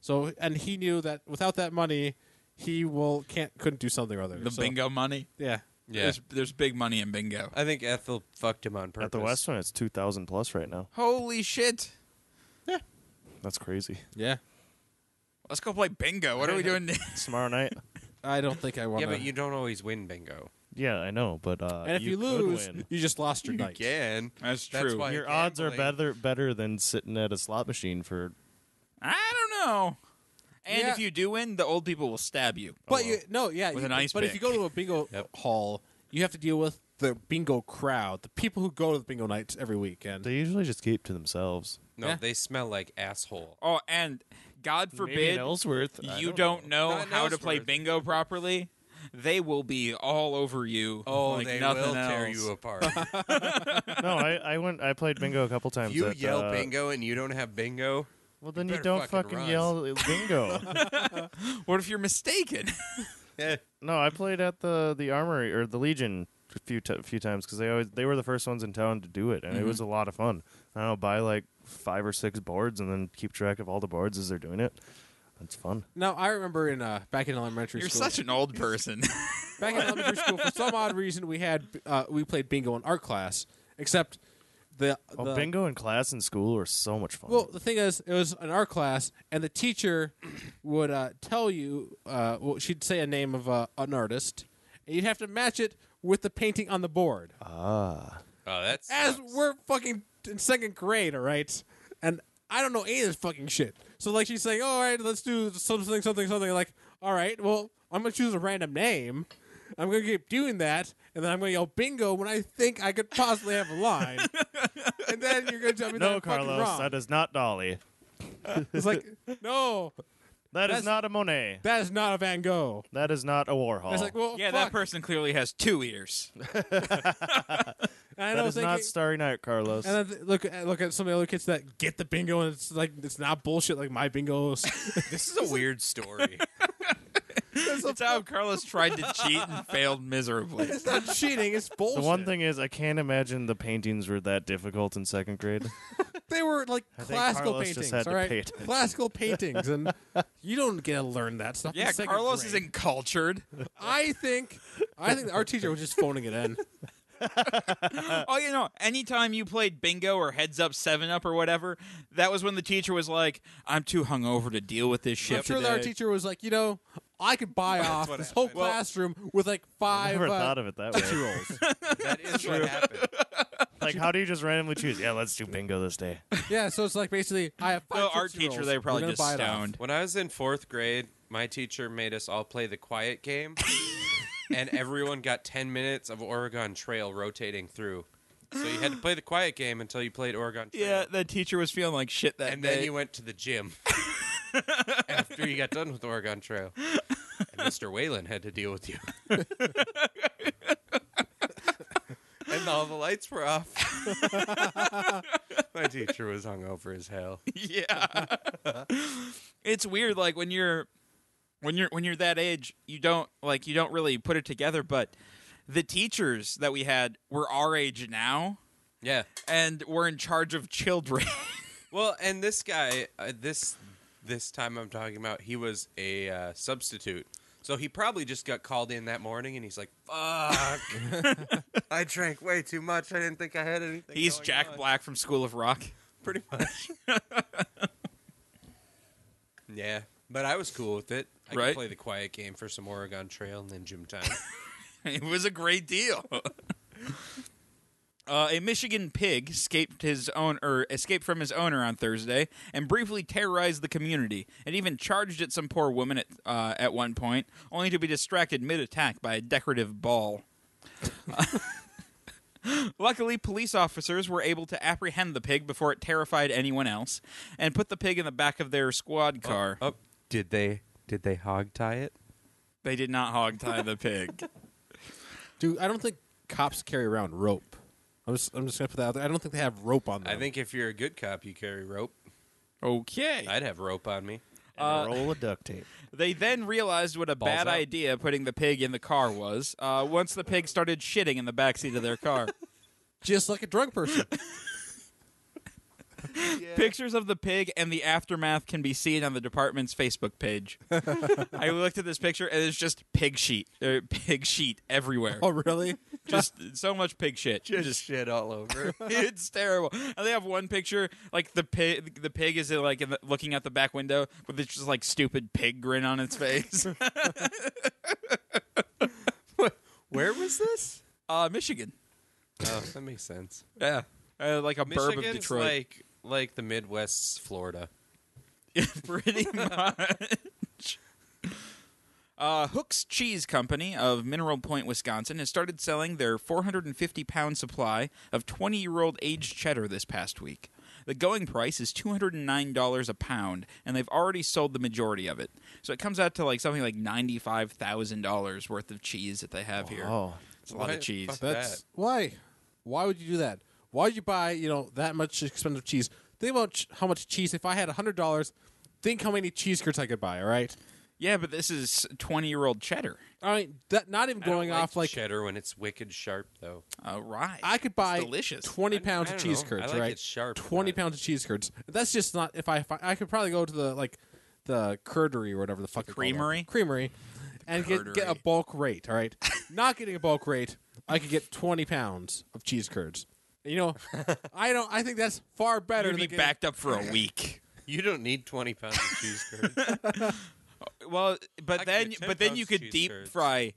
So and he knew that without that money, he will can't couldn't do something or other.
the
so,
bingo money.
Yeah.
Yeah.
There's, there's big money in bingo.
I think Ethel fucked him on purpose.
At the West one, it's two thousand plus right now.
Holy shit!
<laughs>
That's crazy.
Yeah.
Let's go play bingo. What are we doing? <laughs>
tomorrow night.
I don't think I want
Yeah,
to.
but you don't always win bingo.
Yeah, I know, but uh,
and if you,
could
lose,
win.
you just lost your night.
Again,
That's
That's
true.
why
your odds are
gambling-
better better than sitting at a slot machine for.
I don't know. And
Yeah.
if you do win, the old people will stab you.
But you, no, yeah,
With
you-
an ice
But if you
pick.
go to a bingo
Yep.
hall, you have to deal with the bingo crowd, the people who go to the bingo nights every weekend.
They usually just keep to themselves.
No,
Yeah.
they smell like asshole.
Oh, and God
Maybe
forbid
in Ellsworth, I
you
know.
don't know,
Not in
how to play
Ellsworth.
bingo properly. They will be all over you.
Oh,
like
they
nothing
will
else.
tear
<laughs>
you apart.
no, I, I went. I played bingo a couple times.
you
at,
yell
uh,
bingo and you don't have bingo.
Well, then
you
you,
better
don't
fucking
fucking
rise.
yell <laughs> bingo.
What if you're mistaken?
no, I played at the the Armory or the Legion a few t- few times because they always they were the first ones in town to do it, and it was a lot of fun. I don't know, buy like five or six boards and then keep track of all the boards as they're doing it. That's fun.
Now I remember in uh, back in elementary
you're
school.
such an old person.
Back
<laughs>
in elementary school, for some odd reason, we had uh, we played bingo in art class. Except the,
Oh,
the
bingo in class and school were so much fun.
Well, the thing is, it was an art class, and the teacher would uh, tell you. Uh, well, she'd say a name of uh, an artist, and you'd have to match it with the painting on the board.
Oh, that's
As we're fucking in second grade, all right, and I don't know any of this fucking shit. So like she's saying, all right, let's do something, something, something. Like, all right, well, I'm gonna choose a random name. I'm gonna keep doing that, and then I'm gonna yell bingo when I think I could possibly have a line. and then you're gonna tell me that
no,
I'm fucking
Carlos,
wrong.
that is not Dolly.
It's like, no,
That's,
That's-
not a Monet.
that is not a Van Gogh.
that is not a Warhol.
It's like, well,
yeah,
fuck.
that person clearly has two ears.
And I
that
know
is
thinking-
not Starry Night, Carlos.
and then th- look, at- look at some of the other kids that get the bingo, and it's like it's not bullshit. Like my bingo is <laughs>
this is a weird story.
That's how Carlos tried to cheat and failed miserably.
it's not cheating. It's bullshit.
the one thing is, I can't imagine the paintings were that difficult in second grade. <laughs>
they were like
think
classical
Carlos just
paintings.
had to
all right,
pay attention.
classical paintings,
<laughs>
and you don't get to learn that stuff. in
Yeah,
second
Carlos
grade.
isn't <laughs> cultured.
I think, I think our teacher was just phoning
<laughs>
it in.
Oh, you know, anytime you played bingo or heads up, seven up, or whatever, that was when the teacher was like, "I'm too hungover to deal with this shit."
I'm sure that our
today."
teacher was like, you know, I could buy off this whole classroom with like
I
five
never
uh,
thought of it that way.
rolls.
that is what happened.
<laughs> like, how do you just randomly choose? Yeah, let's do bingo this day.
yeah, so it's like basically I have five.
No, our
6-year-olds.
teacher, they
We're
probably
gonna
just
buy it off.
stoned.
When I was in fourth grade, my teacher made us all play the quiet <laughs> game, and everyone got 10 minutes of Oregon Trail rotating through. So you had to play the quiet game until you played Oregon Trail.
Yeah, the teacher was feeling like shit that
And
day. <laughs>
then you went to the gym <laughs> after you got done with Oregon Trail. And Mr. Whalen had to deal with <laughs> you. and all the lights were <laughs> off. my teacher was hungover as hell.
yeah. <laughs> it's weird like when you're when you're when you're that age, you don't like you don't really put it together, but the teachers that we had were our age now
Yeah.
and were in charge of children. <laughs>
Well, and this guy, uh, this this time I'm talking about, he was a uh, substitute, so he probably just got called in that morning, and he's like, "Fuck, <laughs> I drank way too much. I didn't think I had anything."
He's
going
Jack
on."
Black from School of Rock.
pretty much. <laughs> yeah, but I was cool with it. I
Right.
could play the quiet game for some Oregon Trail and then gym <laughs> time.
<laughs> It was a great deal. <laughs> Uh, a Michigan pig escaped his own or escaped from his owner on Thursday and briefly terrorized the community. It even charged at some poor woman at uh, at one point, only to be distracted mid attack by a decorative ball. <laughs> Luckily, police officers were able to apprehend the pig before it terrified anyone else and put the pig in the back of their squad car.
oh, did they did they hog tie it?
They did not hogtie the <laughs> pig.
Dude, I don't think cops carry around rope. I'm just, I'm just gonna put that out there. I don't think they have rope on them.
I think if you're a good cop, you carry rope.
Okay.
I'd have rope on me.
And a roll of duct tape.
They then realized what a
Balls
bad
out.
idea putting the pig in the car was. Uh, once the pig started shitting in the backseat of their
<laughs>
car,
just like a drunk person.
pictures of the pig and the aftermath can be seen on the department's Facebook
<laughs>
page. I looked at this picture and it's just pig sheet, er, pig sheet everywhere.
oh, really?
<laughs> Just so much pig shit.
Just,
Just- <laughs>
shit all over.
it's terrible. And they have one picture, like the pig. The pig is uh, like in the, looking out the back window with this just like stupid pig grin on its
<laughs>
face.
<laughs> Where was this?
uh, Michigan.
Oh, that makes sense.
Yeah, uh, like a burb of
Michigan's
Detroit.
like like the Midwest's Florida.
pretty <laughs> much. Uh, Hook's Cheese Company of Mineral Point, Wisconsin, has started selling their 450 pound supply of 20 year old aged cheddar this past week. The going price is $209 a pound, and they've already sold the majority of it. So it comes out to like something like $95,000 worth of cheese that they have here.
Wow.
It's a lot
Why
of
the
cheese.
fuck
That's
that.
why. Why would you do that? Why would you buy you know that much expensive cheese? Think about ch- how much cheese. If I had hundred dollars, think how many cheese curds I could buy. All right.
Yeah, but this is 20 year old cheddar.
All right. That, not even
I don't
going off like
cheddar when it's wicked sharp though.
All right.
I could buy
delicious.
twenty
I-
pounds
I
of
don't
cheese
know.
curds,
I like
right?
it sharp,
twenty
but-
pounds of cheese curds. That's just not if I fi- I could probably go to the like the curdery or whatever the fuck they call them.
creamery?
creamery, and get get a
curdery.
bulk rate. All right, not getting a bulk rate, I could get twenty pounds of cheese curds. You know, I don't. I think that's far better.
You'd
than
be
getting-
backed up for a
<laughs>
week.
You don't need twenty pounds of cheese curds.
Well, but
I could
then
get 10
but then
pounds
you
of
could
cheese
deep
curds.
fry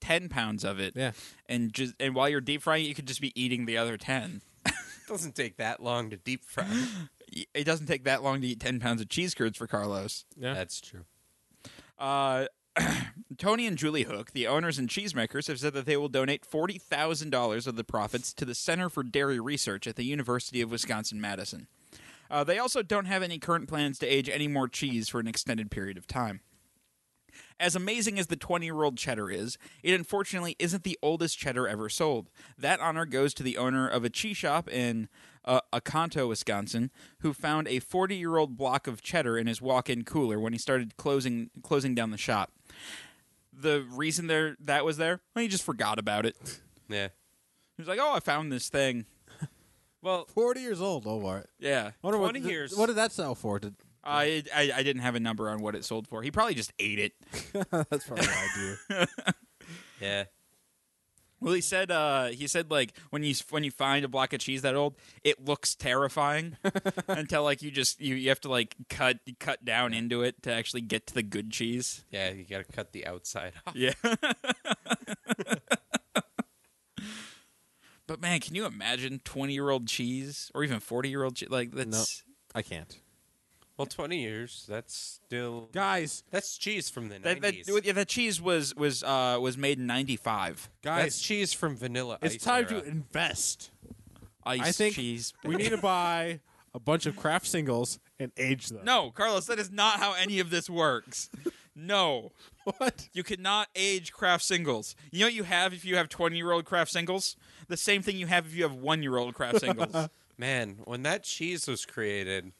ten pounds of it.
Yeah.
And just and while you're deep frying, it, you could just be eating the other ten.
It doesn't take that long to deep fry.
Y- It doesn't take that long to eat ten pounds of cheese curds for Carlos.
Yeah.
That's true.
Uh, <clears throat> Tony and Julie Hook, the owners and cheesemakers, have said that they will donate forty thousand dollars of the profits to the Center for Dairy Research at the University of Wisconsin Madison. Uh, they also don't have any current plans to age any more cheese for an extended period of time. As amazing as the 20 year old cheddar is, it unfortunately isn't the oldest cheddar ever sold. That honor goes to the owner of a cheese shop in uh, Oconto, Wisconsin, who found a 40 year old block of cheddar in his walk in cooler when he started closing, closing down the shop. The reason there that was there, well, he just forgot about it.
Yeah.
He was like, oh, I found this thing.
Well,
Forty years old, Omar.
Yeah.
I wonder what
20
th-
years.
What did that sell for? Did,
I, I, I didn't have a number on what it sold for. He probably just ate it.
that's probably what I do. <laughs>
yeah.
Well, he said uh, he said like when you when you find a block of cheese that old, it looks terrifying
<laughs>
until like you just you, you have to like cut cut down into it to actually get to the good cheese.
Yeah, you gotta cut the outside
Ah.
off.
Yeah. <laughs> but man, can you imagine twenty year old cheese or even forty year old cheese? Like that's
I can't,
Well, twenty years, that's still
guys.
that's cheese from the
that
nineties.
that, yeah, that cheese was was uh, was made in ninety five.
That's
Guys,
cheese from vanilla
it's
ice
time
era.
to invest.
Ice
I think
cheese.
we need to buy a bunch of craft singles and age them.
No, Carlos, that is not how any of this works. No.
<laughs> What?
You cannot age craft singles. You know what you have if you have 20 year old craft singles? The same thing you have if you have one year old craft
<laughs>
singles.
Man, when that cheese was created,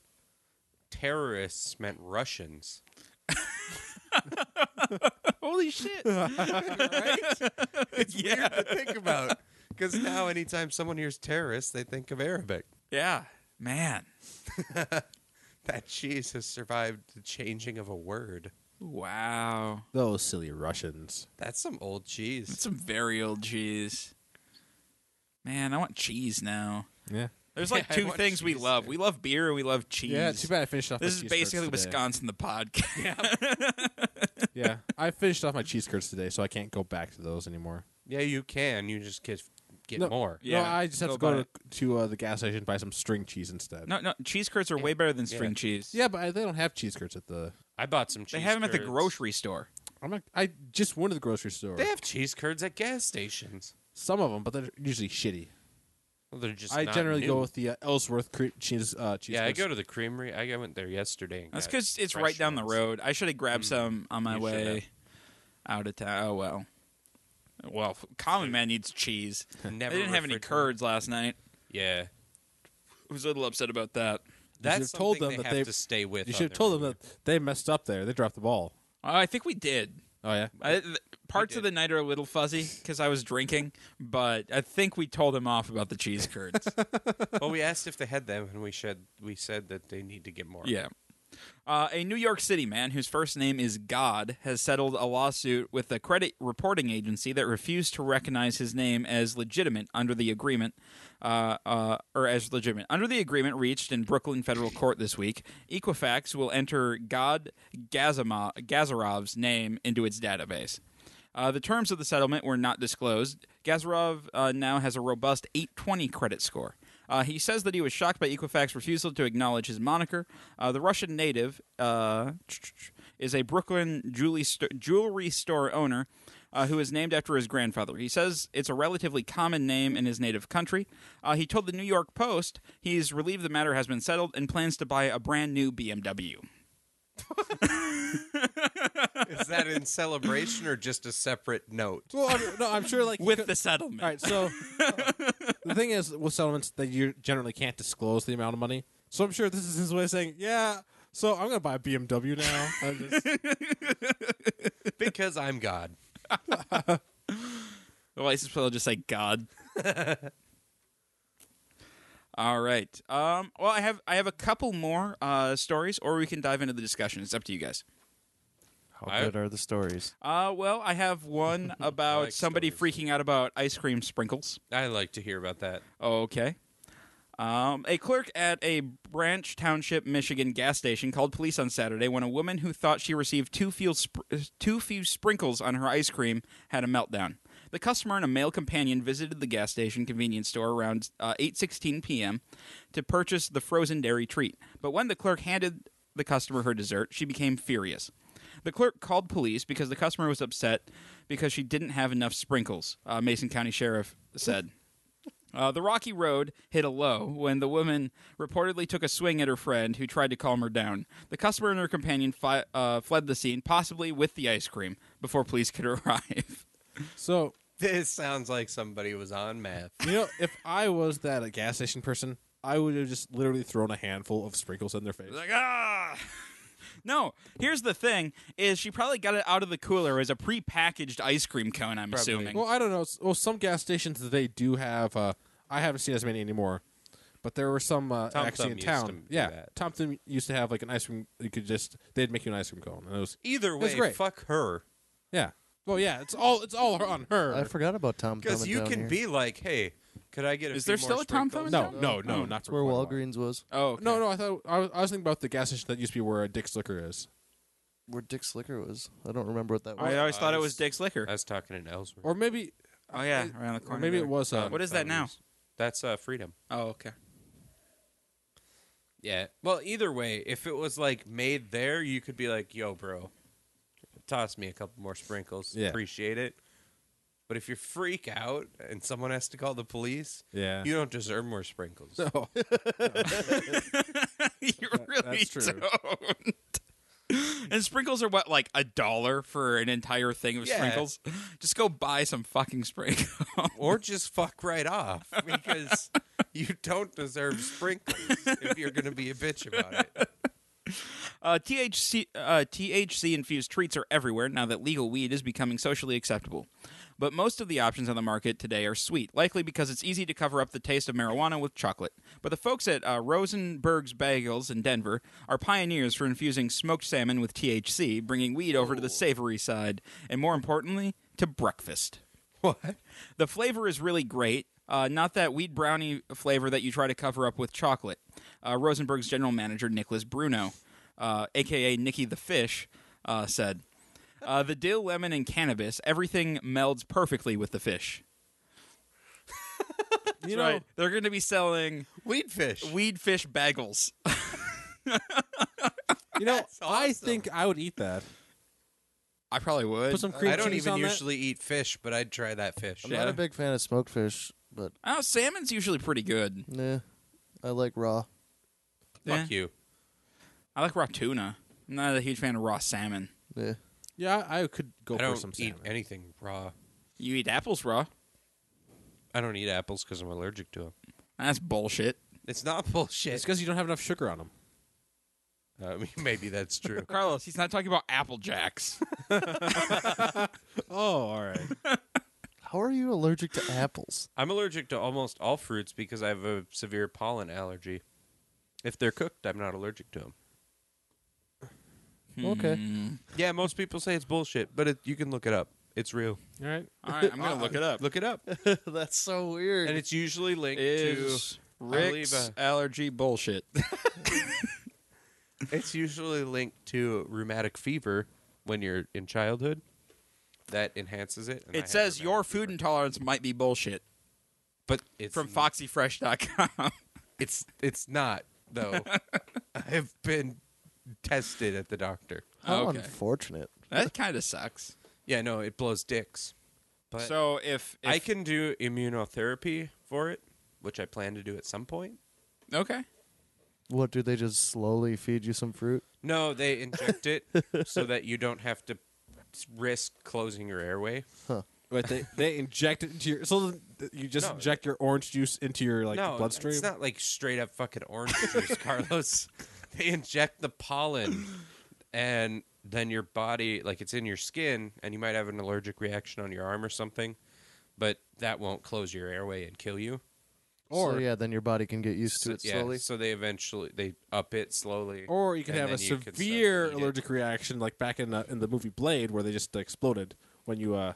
terrorists meant Russians.
Holy
<laughs>
shit. yeah.
to think about. Because now, anytime someone hears terrorists, they think of Arabic.
Yeah. Man.
That cheese has survived the changing of a word.
Wow.
Those silly Russians.
That's some old cheese.
That's some very old cheese. Man, I want cheese now.
<laughs> Yeah.
There's like
Yeah, I
two
want
things we
cheese
love.
now.
We love beer and we love cheese.
Yeah, too bad I finished off my
This is
cheese curds
basically
today.
Wisconsin the podcast.
yeah, I finished off my cheese curds today, so I can't go back to those anymore.
Yeah, you can. You just get, get
No.
more.
Yeah,
no, I just have
go
to go
buy
to, to uh, the gas station and buy some string cheese
<laughs>
instead.
No, no, cheese curds are way better than string
Yeah.
cheese.
Yeah, but I, they don't have cheese curds at the.
I bought some cheese
They have them at the
curds.
grocery store.
I'm not. I just went to the grocery store.
They have cheese curds at gas stations.
some of them, but they're usually shitty.
Well, they're just
I
not
generally go
new.
with the uh, Ellsworth cre- cheese. Uh, cheese
Yeah, I
curds.
go to the creamery. I went there yesterday. and
That's
got
because it's
fresh
right down
ones. Mm.
the road. I should have grabbed some on my
you
way
should've.
out of town. Oh well. Well, f- common man needs cheese.
Never
they didn't have any
refrigerated.
curds last night.
Yeah,
I was a little upset about that.
should've
that's
told
told them
them
they
that
have
they-
to stay with.
You
on
should have
their
told them
menu.
that they messed up there. They dropped the ball.
Uh, I think we did.
Oh yeah.
I, th- parts of the night are a little fuzzy because I was drinking, but I think we told him off about the
<laughs>
cheese curds.
well, we asked if they had them, and we said we said that they need to get more.
yeah. Uh, a New York City man whose first name is God has settled a lawsuit with a credit reporting agency that refused to recognize his name as legitimate under the agreement, uh, uh, or as legitimate. Under the agreement reached in Brooklyn federal court this week, Equifax will enter God Gazima- Gazarov's name into its database. Uh, the terms of the settlement were not disclosed. Gazarov uh, now has a robust 820 credit score. Uh, he says that he was shocked by Equifax's refusal to acknowledge his moniker. Uh, the Russian native uh, is a Brooklyn jewelry, st- jewelry store owner uh, who is named after his grandfather. He says it's a relatively common name in his native country. Uh, he told the New York Post he's relieved the matter has been settled and plans to buy a brand new BMW.
Is that in celebration or just a separate note?
Well, I'm, no, I'm sure like
<laughs>
he
With
could-
the settlement.
All right,
<laughs>
so the thing is with settlements that you generally can't disclose the amount of money. So I'm sure this is his way of saying, yeah. So I'm gonna buy a BMW
<laughs>
now. I just-
Because I'm God.
The license plate will just say God. <laughs> All right. Um, well, I have I have a couple more uh, stories, or we can dive into the discussion. It's up to you guys.
How
I-
good are the stories?
Uh, well, I have
<laughs>
one about
like
somebody
stories.
freaking out about ice cream sprinkles.
I like to hear about that.
Okay. Um, a clerk at a Branch Township, Michigan gas station called police on Saturday when a woman who thought she received too few, spr- uh, too few sprinkles on her ice cream had a meltdown. The customer and a male companion visited the gas station convenience store around uh, 8:16 p.m. to purchase the frozen dairy treat. But when the clerk handed the customer her dessert, she became furious. The clerk called police because the customer was upset because she didn't have enough sprinkles. Uh, Mason County Sheriff said. Uh, the rocky road hit a low when the woman reportedly took a swing at her friend, who tried to calm her down. The customer and her companion fi- uh, fled the scene, possibly with the ice cream, before police could <laughs> arrive.
so
This sounds like somebody was on math.
you know, if I was that a gas station person, I would have just literally thrown a handful of sprinkles in their face.
like ah. <laughs> No, here's the thing: is she probably got it out of the cooler as a prepackaged ice cream cone? I'm assuming.
Well, I don't know. Well, some gas stations they do have. Uh, I haven't seen as many anymore, but there were some uh,
Tom
actually
Thumb
in
used
town.
to do
yeah,
that.
Tom Thumb used to have like an ice cream. You could just they'd make you an ice cream cone, and it was
Either
That's
way,
great.
fuck her.
yeah. Well, yeah, it's all it's all on her.
I forgot about Tom
Because
Thumb
you
down
can
here.
be like, hey, could I get a
Is
few
there
more
still a Tom
sprinkles?
Thumb?
no, no, no,
Oh.
not
That's
for
where
quite a while.
Walgreens was.
oh okay.
No, no, I thought I was, I was thinking about the gas station that used to be where a Dick's Liquor is,
Where Dick's Liquor was. I don't remember what that was.
I always
Uh,
thought it
this-
was Dick's Liquor.
I was talking in Ellsworth.
or maybe
oh yeah, around the
or
corner.
maybe
there.
it was. Uh,
What is that now?
That's uh, freedom.
Oh okay.
Yeah. Well, either way, if it was like made there, you could be like, "Yo, bro, toss me a couple more sprinkles.
Yeah.
Appreciate it." But if you freak out and someone has to call the police,
Yeah.
you don't deserve more
<laughs>
sprinkles.
No.
you really
that's true.
don't. and sprinkles are what, like a dollar for an entire thing of
Yeah.
sprinkles? Just go buy some fucking sprinkles.
Or just fuck right off because you don't deserve sprinkles if you're going to be a bitch about it.
Uh, THC, uh, THC infused treats are everywhere now that legal weed is becoming socially acceptable. But most of the options on the market today are sweet, likely because it's easy to cover up the taste of marijuana with chocolate. But the folks at uh, Rosenberg's Bagels in Denver are pioneers for infusing smoked salmon with THC, bringing weed over to the savory side, and more importantly, to breakfast.
What?
The flavor is really great. Uh, not that wheat brownie flavor that you try to cover up with chocolate. Uh, Rosenberg's general manager, Nicholas Bruno, uh, aka Nicky the Fish, uh, said uh, The dill, lemon, and cannabis, everything melds perfectly with the fish.
you
That's
know,
right. They're going to be selling
Weed fish.
weed fish bagels.
you know. I
awesome.
think I would eat that.
I probably would.
Put some cream
I don't
cheese
even
on that.
usually eat fish, but I'd try that fish.
I'm not
Yeah.
a big fan of smoked fish, but
oh, salmon's usually pretty good.
nah, I like raw.
Yeah.
Fuck you.
I like raw tuna. I'm not a huge fan of raw salmon.
Yeah.
Yeah, I could go
I
for
don't
some
eat
salmon.
anything raw.
You eat apples raw?
I don't eat apples because I'm allergic to them.
That's bullshit.
It's not <laughs> bullshit.
It's because you don't have enough sugar
<laughs>
on them.
I mean, maybe that's true.
Carlos, he's not talking about Apple Jacks.
Oh, all right.
How are you allergic to apples?
<laughs> I'm allergic to almost all fruits because I have a severe pollen allergy. If they're cooked, I'm not allergic to them.
Hmm.
Okay. <laughs>
Yeah, most people say it's bullshit, but it, you can look it up. It's real.
<laughs> All right.
All right, I'm gonna look it up.
Look it <laughs> up,
That's so weird.
and it's usually linked
Is
to I believe uh,
Rick's
a-
allergy
<laughs>
bullshit?
It's usually linked to rheumatic fever when you're in childhood. That enhances it. and I
it
had
says
rheumatic
your
fever.
food intolerance might be bullshit
but it's
from FoxyFresh.com.
It's it's not <laughs> though. I've been tested at the doctor.
How
okay.
unfortunate.
that kind of sucks.
Yeah, no, it blows dicks. But
so if, if
I can do immunotherapy for it, which I plan to do at some point.
okay,
What do they just slowly feed you some fruit?
No, they inject <laughs> it so that you don't have to risk closing your airway.
But they, they inject it into your so th- you just
No.
inject your orange juice into your like
no,
bloodstream.
it's not like straight up fucking orange juice, Carlos. They inject the pollen, and then your body, like it's in your skin, and you might have an allergic reaction on your arm or something, but that won't close your airway and kill you.
Or yeah, then your body can get used to
So-
it slowly.
Yeah, so they eventually they up it slowly.
or you can
and
have a
then you can start to
severe
eat it.
allergic reaction, like back in the, in the movie Blade, where they just exploded when you, uh,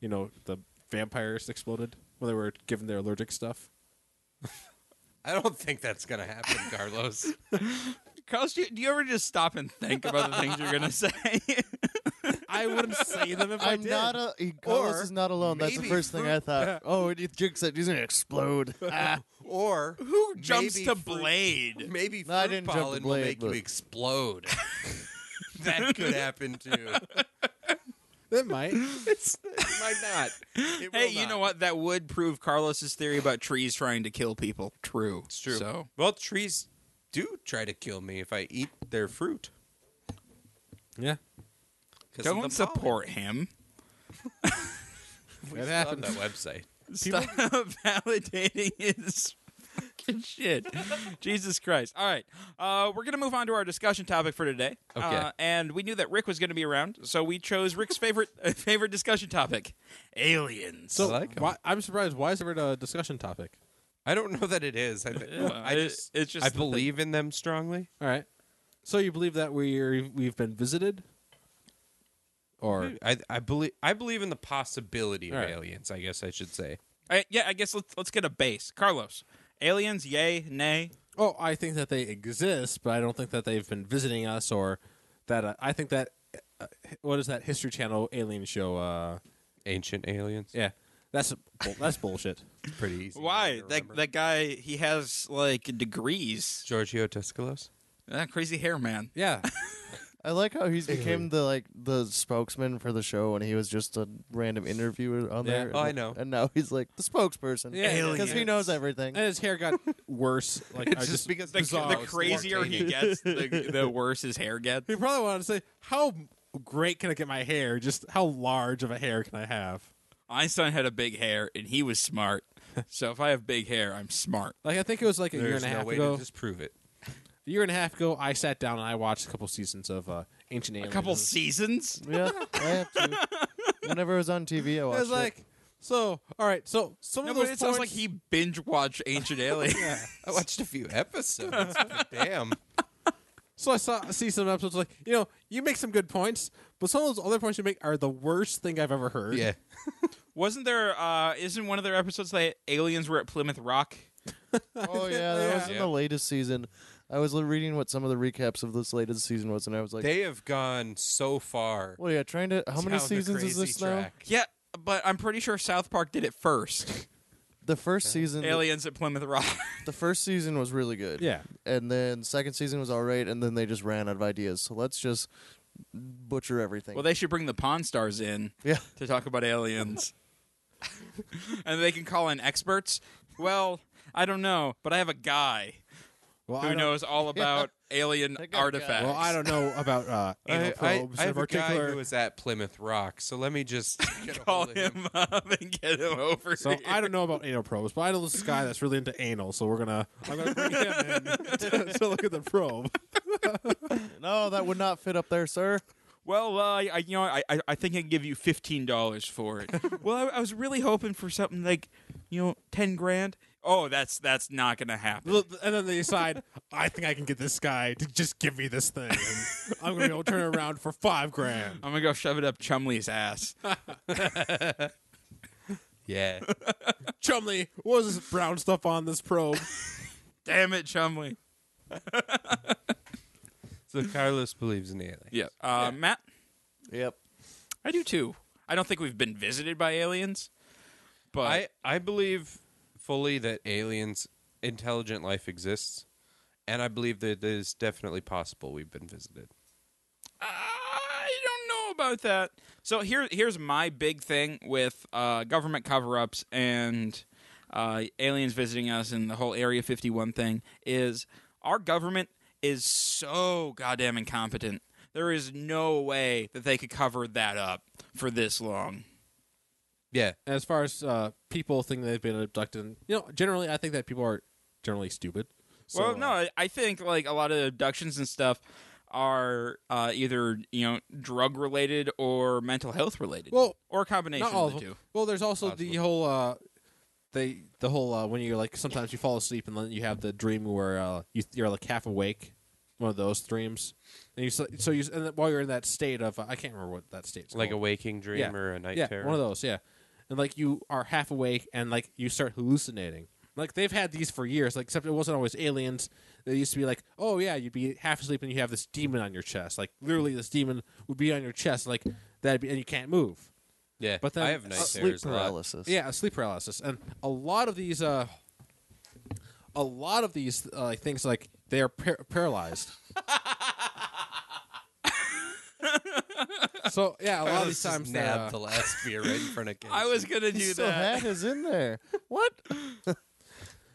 you know, the vampires exploded when they were given their allergic stuff.
I don't think that's gonna happen, Carlos.
Carlos, do you, do you ever just stop and think about the things you're gonna <laughs> say?
I wouldn't say them if
I'm not a he- Carlos
Or
is not alone. That's the
maybe- <laughs>
first thing I thought. oh, and you jinx it, he's gonna explode. Ah,
or
Who jumps
Maybe
to
fruit-
Blade?
maybe
No, I
fruit
didn't jump the
pollen will
blade,
make you
but-
explode. <laughs> that could happen too.
That might.
It might not. <laughs> It
Hey,
will
you
not.
know what? That would prove Carlos's theory about trees trying to kill people true.
It's true.
So
well, trees do try to kill me if I eat their fruit.
<laughs> Yeah,
'cause of
don't
the pollen.
support him.
it
It's on
happens.
that website.
Stop <laughs> validating his fucking shit. Jesus Christ. All right. Uh, we're going to move on to our discussion topic for today.
Okay.
Uh, and we knew that Rick was going to be around, so we chose Rick's favorite <laughs> uh, favorite discussion topic aliens.
So
I like 'em.
why, I'm surprised. Why is there a discussion topic?
I don't know that it is. I, th-
Yeah,
I
it-
just,
it's just
I
the thing.
believe in them strongly.
All right. So you believe that we're we've been visited, or
I, I believe I believe in the possibility of
All right.
aliens. I guess I should say.
All right, Uh, yeah, I guess let's, let's get a base. Carlos, aliens, yay, nay?
oh, I think that they exist, but I don't think that they've been visiting us, or that uh, I think that uh, what is that History Channel alien show? Uh,
Ancient aliens.
yeah, that's bull- that's <laughs> bullshit.
pretty easy.
Why? That, that guy, he has like degrees.
Giorgio Tescalos.
That crazy hair man.
Yeah,
I like how he's became the like the spokesman for the show, and he was just a random interviewer on
Yeah.
there.
Oh, I
and-
know.
And now he's like the spokesperson.
Yeah,
because he knows everything.
and his hair got <laughs> worse. Like I
just
just
because
The,
bizarre.
the
It's
crazier he
entertaining.
gets,
<laughs>
the, the worse his hair gets.
he probably wanted to say, "How great can I get my hair? Just how large of a hair can I have?"
Einstein had a big hair and he was <laughs> smart. so if I have big hair, I'm smart.
Like I think it was like a year
There's
and a
no
half
way
ago.
to disprove it.
A year and a half ago, I sat down and I watched a couple seasons of uh, Ancient
A
Aliens.
couple seasons?
yeah, I have to. Whenever it was on TV, I
I
watched
was like, so all right, so some
No,
of
but it
those
sounds like
points-
he binge watched <laughs> Ancient Alien.
I watched a few
<laughs>
episodes. but damn.
So I saw see some episodes like you know you make some good points, but some of those other points you make are the worst thing I've ever heard.
Yeah.
Wasn't there? Uh, isn't one of their episodes that aliens were at Plymouth Rock?
it. Oh <laughs> yeah, that was in
Yeah.
the latest season. I was reading what some of the recaps of this latest season was, and I was like,
They have gone so far.
"Well, yeah, trying to. How many
down the
seasons is
crazy
this now?
track.
Yeah, but I'm pretty sure South Park did it <laughs> first.
The first season,
aliens at Plymouth <laughs> Rock.
the first season was really good.
Yeah.
and then second season was all right, and then they just ran out of ideas. So let's just butcher everything.
well, they should bring the Pawn Stars in
<laughs> yeah,
to talk about <laughs> aliens, and they can call in experts. Well, I don't know, but I have a guy
well, I
who
don't-
knows all about alien
I got a guy.
artifacts.
Well, I don't know about <laughs> uh, anal
I, I,
probes
I
in
have a guy
particular.
who was at Plymouth Rock, so let me
<laughs>
just get a
call
hold of him.
him <laughs> up and get him over
so
here.
I don't know about anal probes, but I know this guy that's really into anal. So we're gonna <laughs> I'm gonna bring <laughs> him in to, to look at the probe.
no, that would not fit up there, sir.
well, uh, I, you know, I, I- I think I can give you fifteen dollars for <laughs> it. well, I, I was really hoping for something like, you know, ten grand. Oh, that's that's not gonna happen.
Look, And then they decide, I think I can get this guy to just give me this thing. I'm going to go turn it around for five grand.
I'm gonna go shove it up Chumley's <laughs> ass.
Yeah.
Chumley, what was this brown stuff on this probe?
Damn it, Chumley.
so Carlos believes in aliens.
Yeah, uh, Matt,
Yep.
I do too. I don't think we've been visited by aliens, but
I, I believe fully that aliens, intelligent life exists. And I believe that it is definitely possible we've been visited.
I don't know about that. So here, here's my big thing with uh, government cover-ups and uh, aliens visiting us and the whole Area 51 thing is our government is so goddamn incompetent. There is no way that they could cover that up for this long.
Yeah.
As far as uh, people think they've been abducted, you know, generally, I think that people are generally stupid. So, uh,
well, no, I- I think like a lot of abductions and stuff are uh, either you know drug related or mental health related,
Well,
or a combination
not all
of
of
the
them.
two.
Well, there's also the whole uh, they the whole uh, when you're like sometimes you fall asleep and then you have the dream where uh, you, you're like half awake, one of those dreams, and you so, so you and then while you're in that state of uh, I can't remember what that state's
Like a
called.
waking dream or a night
yeah,
terror.
one of those, yeah, and like you are half awake and like you start hallucinating. Like they've had these for years, like except it wasn't always aliens. They used to be like, oh yeah, you'd be half asleep and you have this demon on your chest. Like literally, this demon would be on your chest, like that'd be, and you can't move.
yeah.
But then
I have night
Sleep
terrors. a lot.
paralysis. <laughs>
Yeah, sleep paralysis, and a lot of these, uh, a lot of these uh, like things like they are par-
<laughs>
paralyzed. so yeah, a lot of these times they're, uh,
nabbed the last beer right in
<laughs>
front of kids.
I was gonna do
He still
that.
had his in there. What?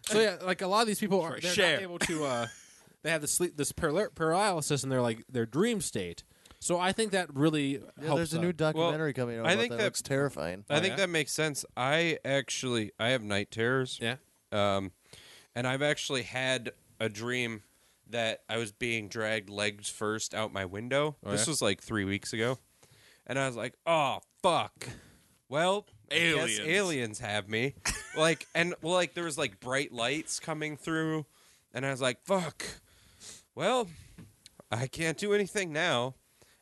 so yeah, like a lot of these people are
Sorry,
they're
share.
not able to. Uh, <laughs> they have the sleep this paral- paralysis and they're like their dream state. So I think that really
Yeah,
helps. uh,
there's a
out.
new documentary coming out.
I
about
think
that,
that-
looks terrifying.
I think
yeah?
that makes sense. I actually I have night terrors.
yeah.
Um, and I've actually had a dream that I was being dragged legs first out my window. this
Oh, yeah?
was like three weeks ago, and I was like, "Oh fuck!" Well, aliens,
Aliens.
aliens
<laughs>
have me. like, and well, like there was like bright lights coming through, and I was like, "Fuck!" Well, I can't do anything now.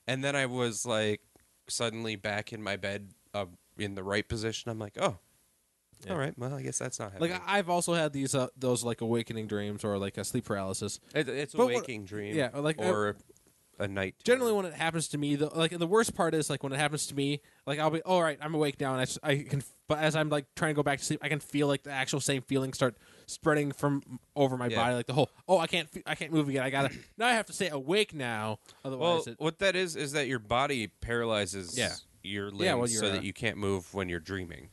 And then I was like, suddenly back in my bed, uh, in the right position. I'm like, "Oh." All right. Well, I guess that's not happening.
Like I- I've also had these uh, those like awakening dreams or like a sleep paralysis.
It, it's
But
a
what-
waking dream.
yeah, or like, uh,
or a night. terror.
generally when it happens to me the, like the worst part is like when it happens to me like i'll be all right i'm awake now and i, s- I can but as i'm like trying to go back to sleep i can feel like the actual same feeling start spreading from over my
Yeah.
body like the whole oh i can't fe- i can't move again i gotta now i have to stay awake now
Well,
otherwise it,
what that is is that your body paralyzes
Yeah.
your limbs
Yeah, well,
so
you're, uh,
that you can't move when you're dreaming.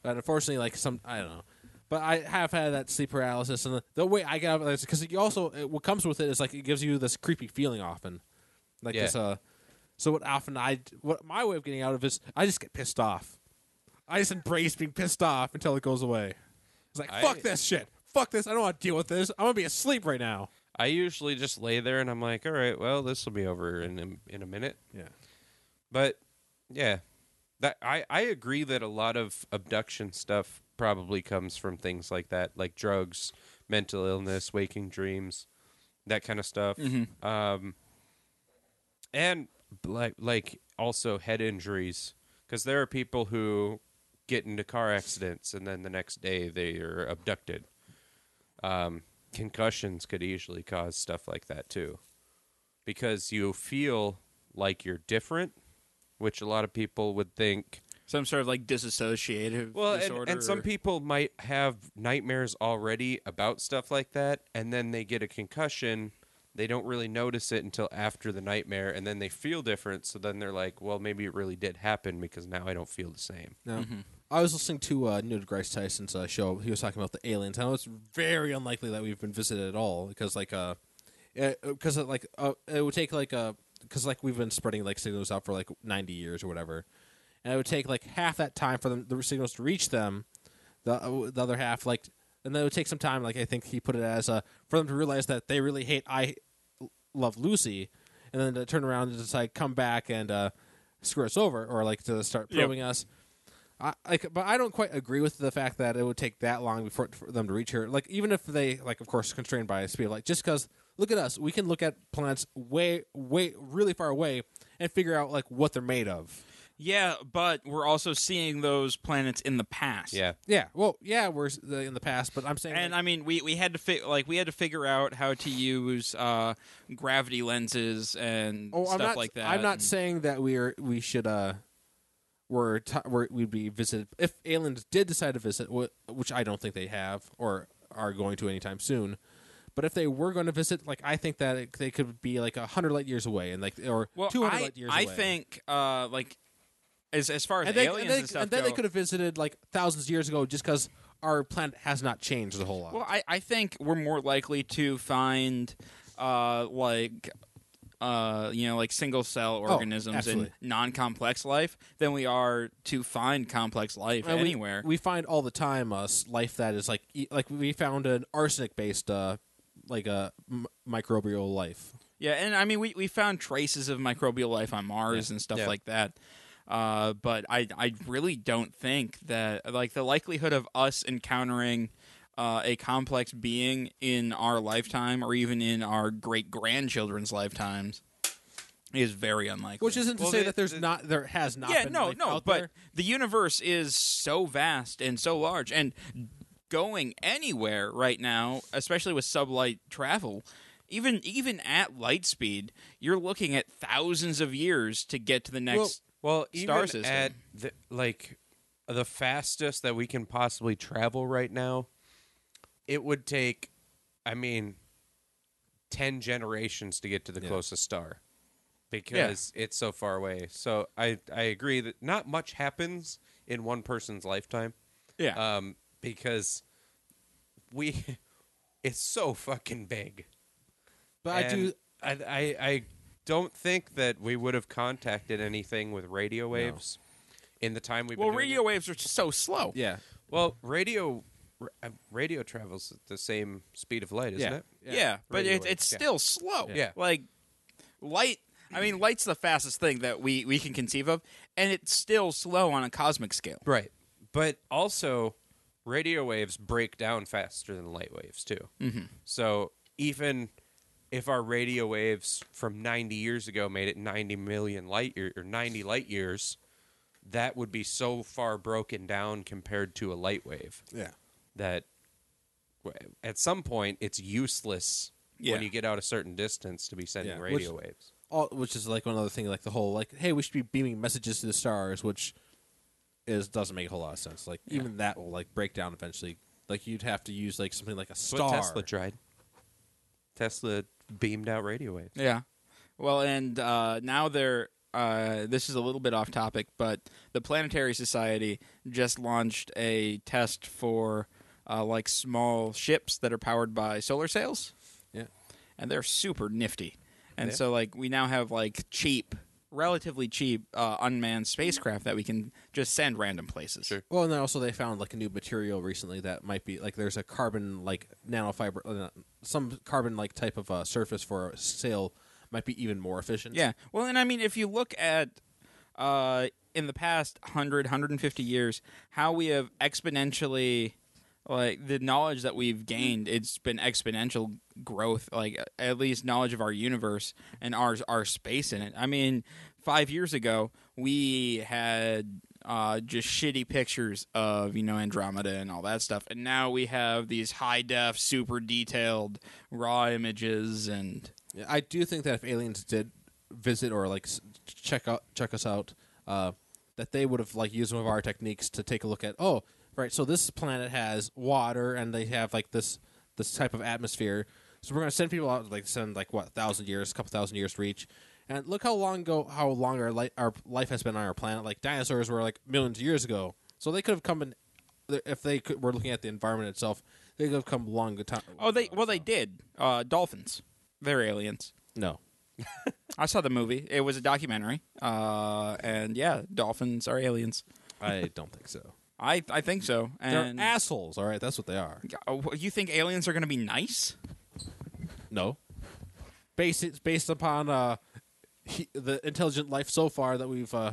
but unfortunately like some i don't know but I have had that sleep paralysis, and the, the way I got because you also it, what comes with it is like it gives you this creepy feeling often, like
Yeah.
this. Uh, so what often I what my way of getting out of is I just get pissed off. I just embrace being pissed off until it goes away. It's like
I-
fuck this shit, fuck this. I don't want to deal with this. I'm gonna be asleep right now.
I usually just lay there and I'm like, all right, well, this will be over in a, in a minute.
Yeah,
But yeah, that I I agree that a lot of abduction stuff probably comes from things like that, like drugs, mental illness, waking dreams, that kind of stuff. Um, and like like also head injuries, because there are people who get into car accidents and then the next day they are abducted. Um, concussions could easily cause stuff like that too, because you feel like you're different which a lot of people would think.
Some sort of like disassociative
Well,
disorder.
and, and some
or-
people might have nightmares already about stuff like that, and then they get a concussion. They don't really notice it until after the nightmare, and then they feel different. So then they're like, well, maybe it really did happen because now I don't feel the same.
no. I was listening to uh, Neil deGrasse Tyson's uh, show. He was talking about the aliens. I know it's very unlikely that we've been visited at all because, like, uh, because like uh, it would take like uh because like we've been spreading like signals out for like 90 years or whatever, and it would take like half that time for them, the signals to reach them. The uh, the other half, like, and then it would take some time. Like I think he put it as uh, for them to realize that they really hate I Love Lucy, and then to turn around and just like come back and uh, screw us over or like to start
Yep.
probing us. I, like, but I don't quite agree with the fact that it would take that long before for them to reach here. Like, even if they, like, of course, constrained by speed, like, just because, look at us, we can look at planets way, way, really far away and figure out like what they're made of.
Yeah, but we're also seeing those planets in the past.
Yeah.
Yeah, well, yeah, we're s- the, in the past, but I'm saying,
And
like,
I mean, we, we had to fi- like we had to figure out how to use uh, gravity lenses and
oh,
stuff
I'm not,
like that.
I'm not
and-
saying that we're we should uh, we're, t- we're we'd be visited if aliens did decide to visit, wh- which I don't think they have or are going to anytime soon. But if they were going to visit, like I think that it, they could be like hundred light years away, and like or
well,
two hundred
I-
light years.
I
away.
think uh, like as as far as
and, they,
aliens
and, they,
stuff
and then they
go-
could have visited like thousands of years ago, just because our planet has not changed a whole lot.
Well, I, I think we're more likely to find uh, like uh, you know like single cell organisms in
Oh, absolutely.
non complex life than we are to find complex life
Uh, we-
anywhere.
We, find all the time us life that is like e- like we found an arsenic based uh like a m- microbial life.
yeah, and I mean we, we found traces of microbial life on Mars and stuff
Yeah.
like that. Uh, but I I really don't think that like the likelihood of us encountering uh, a complex being in our lifetime or even in our great grandchildren's lifetimes is very unlikely.
Which isn't to
Well,
say
they-
that there's
they-
not there has not
yeah
been
no
life
no
out
but
there.
the universe is so vast and so large and going anywhere right now especially with sublight travel even even at light speed you're looking at thousands of years to get to the next
Well,
Star
even
system.
at the, like the fastest that we can possibly travel right now, it would take, I mean, ten generations to get to the closest star because it's so far away. So I I agree that not much happens in one person's lifetime.
yeah
Um, because we, <laughs> it's so fucking big.
but I do
I, I I don't think that we would have contacted anything with radio waves in the time we've
well
been doing
radio
it.
waves are so slow
yeah.
Well, radio r- uh, radio travels at the same speed of light, isn't
Yeah.
it?
yeah, but
Radio
it, it's
waves, yeah.
still slow
Yeah.
like light i mean light's the fastest thing that we we can conceive of and it's still slow on a cosmic scale
Right. But also, radio waves break down faster than light waves too. Mm-hmm. So even if our radio waves from 90 years ago made it 90 million light year, or 90 light years, that would be so far broken down compared to a light wave.
Yeah.
that w- at some point it's useless
Yeah.
when you get out a certain distance to be sending
Yeah.
radio
Which-
waves.
All, which is like one other thing like the whole like hey we should be beaming messages to the stars which is doesn't make a whole lot of sense. Like even that will like break down eventually. Like you'd have to use like something like a
That's what
star.
Tesla tried. Tesla beamed out radio waves.
Yeah. Well, and uh, now they're. Uh, this is a little bit off topic, but the Planetary Society just launched a test for uh, like small ships that are powered by solar sails,
yeah.
and they're super nifty. And
Yeah.
so, like, we now have like cheap, relatively cheap uh, unmanned spacecraft that we can just send random places.
Sure.
Well, and then also they found like a new material recently that might be like there's a carbon like nanofiber, uh, not- some carbon like type of uh, surface for a sail might be even more efficient.
Yeah. Well, and I mean, if you look at uh, in the past 100, 150 years, how we have exponentially, like, the knowledge that we've gained, it's been exponential growth, like, at least knowledge of our universe and ours, our space in it. I mean, five years ago, we had. Uh, just shitty pictures of you know Andromeda and all that stuff, and now we have these high def, super detailed raw images, and
Yeah, I do think that if aliens did visit or like s- check out check us out, uh, that they would have like used one of our techniques to take a look at. Oh, right. So this planet has water, and they have like this this type of atmosphere. So we're gonna send people out like send like what thousand years, couple thousand years to reach. And look how long ago, how long our life our life has been on our planet. Like dinosaurs were like millions of years ago. So they could have come in if they could, were looking at the environment itself. They could have come long time.
Oh, they well they did. Uh, dolphins, they're aliens.
no.
I saw the movie. It was a documentary. Uh, and yeah, dolphins are aliens.
I don't think so.
I I think so. And
They're assholes. All right, that's what they are.
Oh, wh- you think aliens are going to be nice?
No, based it's based upon uh, he, the intelligent life so far that we've uh,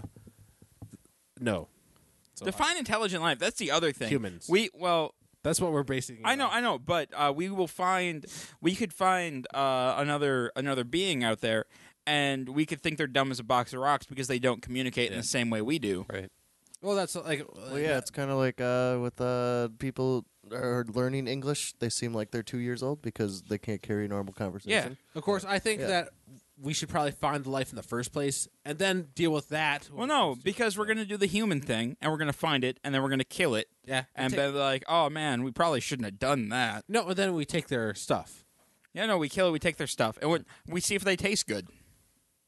no. So, uh,
Define intelligent life. That's the other thing.
Humans.
We well,
that's what we're basing. it
I know,
on.
I know, but uh, we will find. We could find uh, another another being out there, and we could think they're dumb as a box of rocks because they don't communicate in the same way we do.
Right.
Well, that's uh, like
Well, yeah, it's kind of like uh, with uh, people are learning English. They seem like they're two years old because they can't carry normal conversation.
Of course, I think
Yeah.
that we should probably find the life in the first place and then deal with that.
Well, no, because we're gonna do the human thing, and we're gonna find it, and then we're gonna kill it,
yeah,
and
we
be
take-
like, "Oh man, we probably shouldn't have done that."
no, and then we take their stuff.
Yeah, no, we kill it, we take their stuff, and we, we see if they taste good.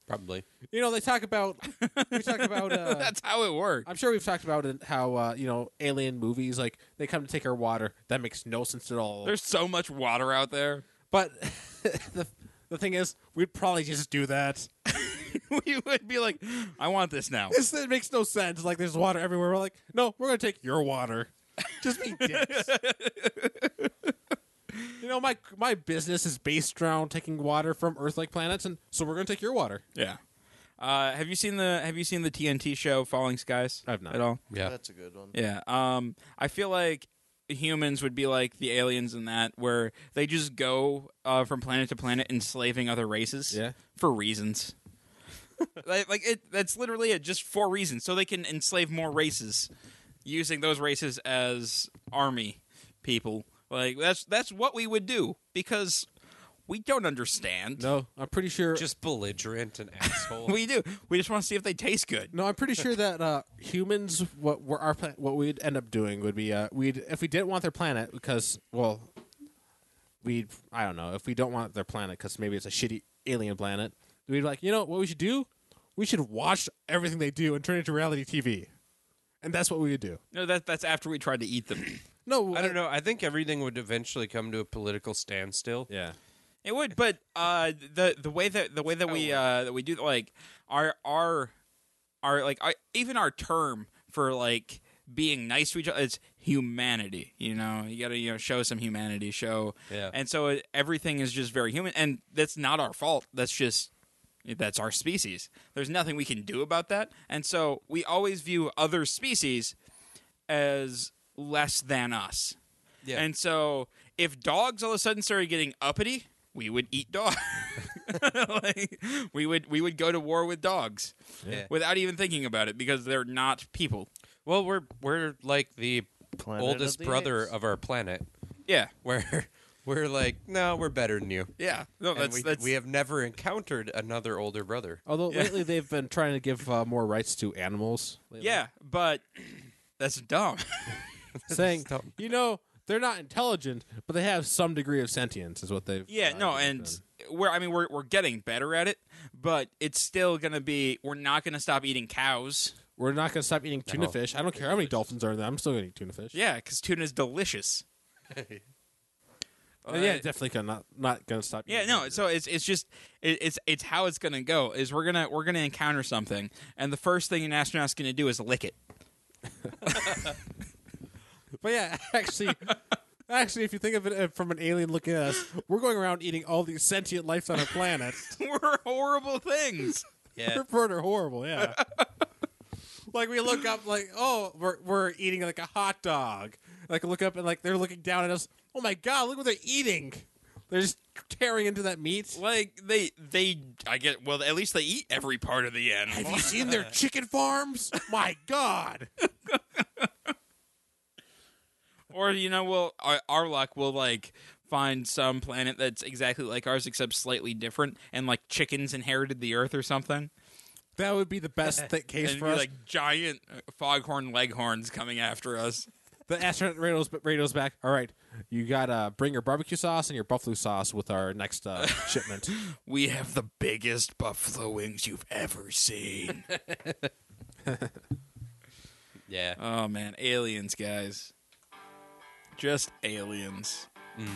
<laughs>
Probably.
You know, they talk about we talk about. Uh,
That's how it works.
I'm sure we've talked about it, how uh, you know alien movies like they come to take our water. That makes no sense at all.
There's so much water out there. <laughs>
but <laughs> the the thing is, we'd probably just do that.
we would be like, "I want this now."
This it makes no sense. Like there's water everywhere. We're like, no, we're gonna take your water. <laughs> Just be dicks. <laughs> you know, my my business is based around taking water from Earth-like planets, and so we're gonna take your water.
Yeah. Uh, have you seen the Have you seen the TNT show Falling Skies?
I've not.
at all.
Yeah.
That's a good one.
Yeah. Um, I feel like humans would be like the aliens in that, where they just go uh, from planet to planet, enslaving other races.
Yeah.
For reasons. <laughs> like like it. That's literally it. Just for reasons, so they can enslave more races, using those races as army people. Like that's that's what we would do because we don't understand.
No, I'm pretty sure.
Just belligerent and
<laughs>
asshole.
We do. We just want to see if they taste good.
No, I'm pretty sure that uh, humans, what were our plan- what we'd end up doing would be uh, we'd if we didn't want their planet because well, we I don't know if we don't want their planet because maybe it's a shitty alien planet. We'd be like, you know what we should do? We should watch everything they do and turn it into reality TV, and that's what we would do.
No, that that's after we tried to eat them.
No,
I don't know. I think everything would eventually come to a political standstill.
Yeah,
It would, but uh, the the way that the way that we uh, that we do like our our our like our, even our term for like being nice to each other it's humanity. You know, you gotta you know show some humanity, show,
Yeah.
and so it, everything is just very human, and that's not our fault. That's just that's our species. There's nothing we can do about that, and so we always view other species as less than us.
Yeah.
And so if dogs all of a sudden started getting uppity, we would eat dogs. <laughs> like, we would we would go to war with dogs
Yeah.
without even thinking about it because they're not people.
Well, we're we're like the
Planet
oldest
of the
brother
apes.
of our planet,
Yeah.
where <laughs> we're like, no, we're better than you.
Yeah. No,
And
that's
we,
that's
we have never encountered another older brother.
although
Yeah.
lately they've been trying to give uh, more rights to animals.
<laughs>
lately.
Yeah,
<clears throat>
but that's
<laughs>
dumb.
saying
Stop.
you know they're not intelligent, but they have some degree of sentience, is what they've.
yeah,
uh,
no,
they've
and
done.
we're I mean we're we're getting better at it, but it's still going to be we're not going to stop eating cows.
We're not going to stop eating tuna
No.
fish. I don't care how many dolphins are in there. I'm still going to eat tuna fish.
Yeah, cuz tuna is delicious.
Oh,
And yeah, definitely gonna not not going to stop.
Yeah,
eating
no.
tuna
So it's it's just it, it's it's how it's gonna go. Is we're gonna we're gonna encounter something, and the first thing an astronaut's gonna do is lick it. <laughs>
fish. But yeah, <laughs> actually, actually, if you think of it uh, from an alien looking at us, we're going around eating all these sentient life on our <laughs> planet.
we're horrible things.
<laughs>
Yeah.
We're pretty horrible. Yeah. <laughs> like we look up, like oh, we're we're eating like a hot dog. Like look up and like they're looking down at us. Oh my god, look what they're eating. They're just tearing into that meat.
Like they they I get well at least they eat every part of the
Have
animal.
you seen <laughs> their chicken farms? My God!
or you know, well our, our luck will like find some planet that's exactly like ours except slightly different, and like chickens inherited the Earth or something.
That would be the <laughs> best th-
And
case
it'd
for
be
us.
like giant uh, foghorn leghorns coming after us.
the astronaut radios, radios back. All right, you gotta bring your barbecue sauce and your buffalo sauce with our next
<laughs>
uh, shipment.
We have the biggest buffalo wings you've ever seen.
Yeah.
Oh man, aliens, guys. Just aliens. Mm.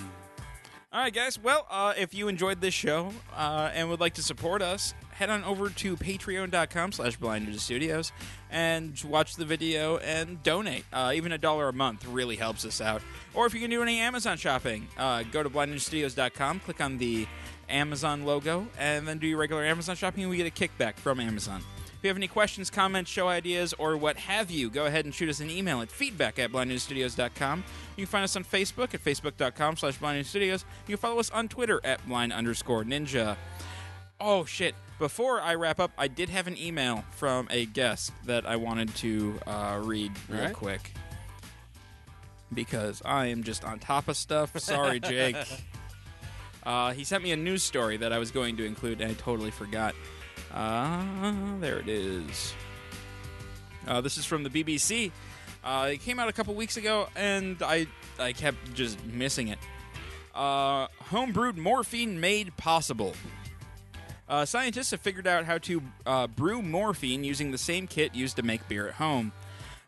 All right, guys. Well, uh, if you enjoyed this show uh, and would like to support us, head on over to patreon.com slash blind Ninja studios and watch the video and donate. Uh, even a dollar a month really helps us out. Or if you can do any Amazon shopping, uh, go to blindninjastudios.com, click on the Amazon logo, and then do your regular Amazon shopping, and we get a kickback from Amazon. If you have any questions, comments, show ideas, or what have you, go ahead and shoot us an email at feedback at blindnewsstudios.com. You can find us on Facebook at facebook.com slash blindnewsstudios. You can follow us on Twitter at blind underscore ninja. Oh, shit. Before I wrap up, I did have an email from a guest that I wanted to uh, read real
right.
quick. Because I am just on top of stuff. Sorry, Jake. Uh, he sent me a news story that I was going to include, and I totally forgot. Uh, there it is. Uh, this is from the BBC. Uh, it came out a couple weeks ago, and I I kept just missing it. Uh, homebrewed morphine made possible. Uh, scientists have figured out how to uh, brew morphine using the same kit used to make beer at home.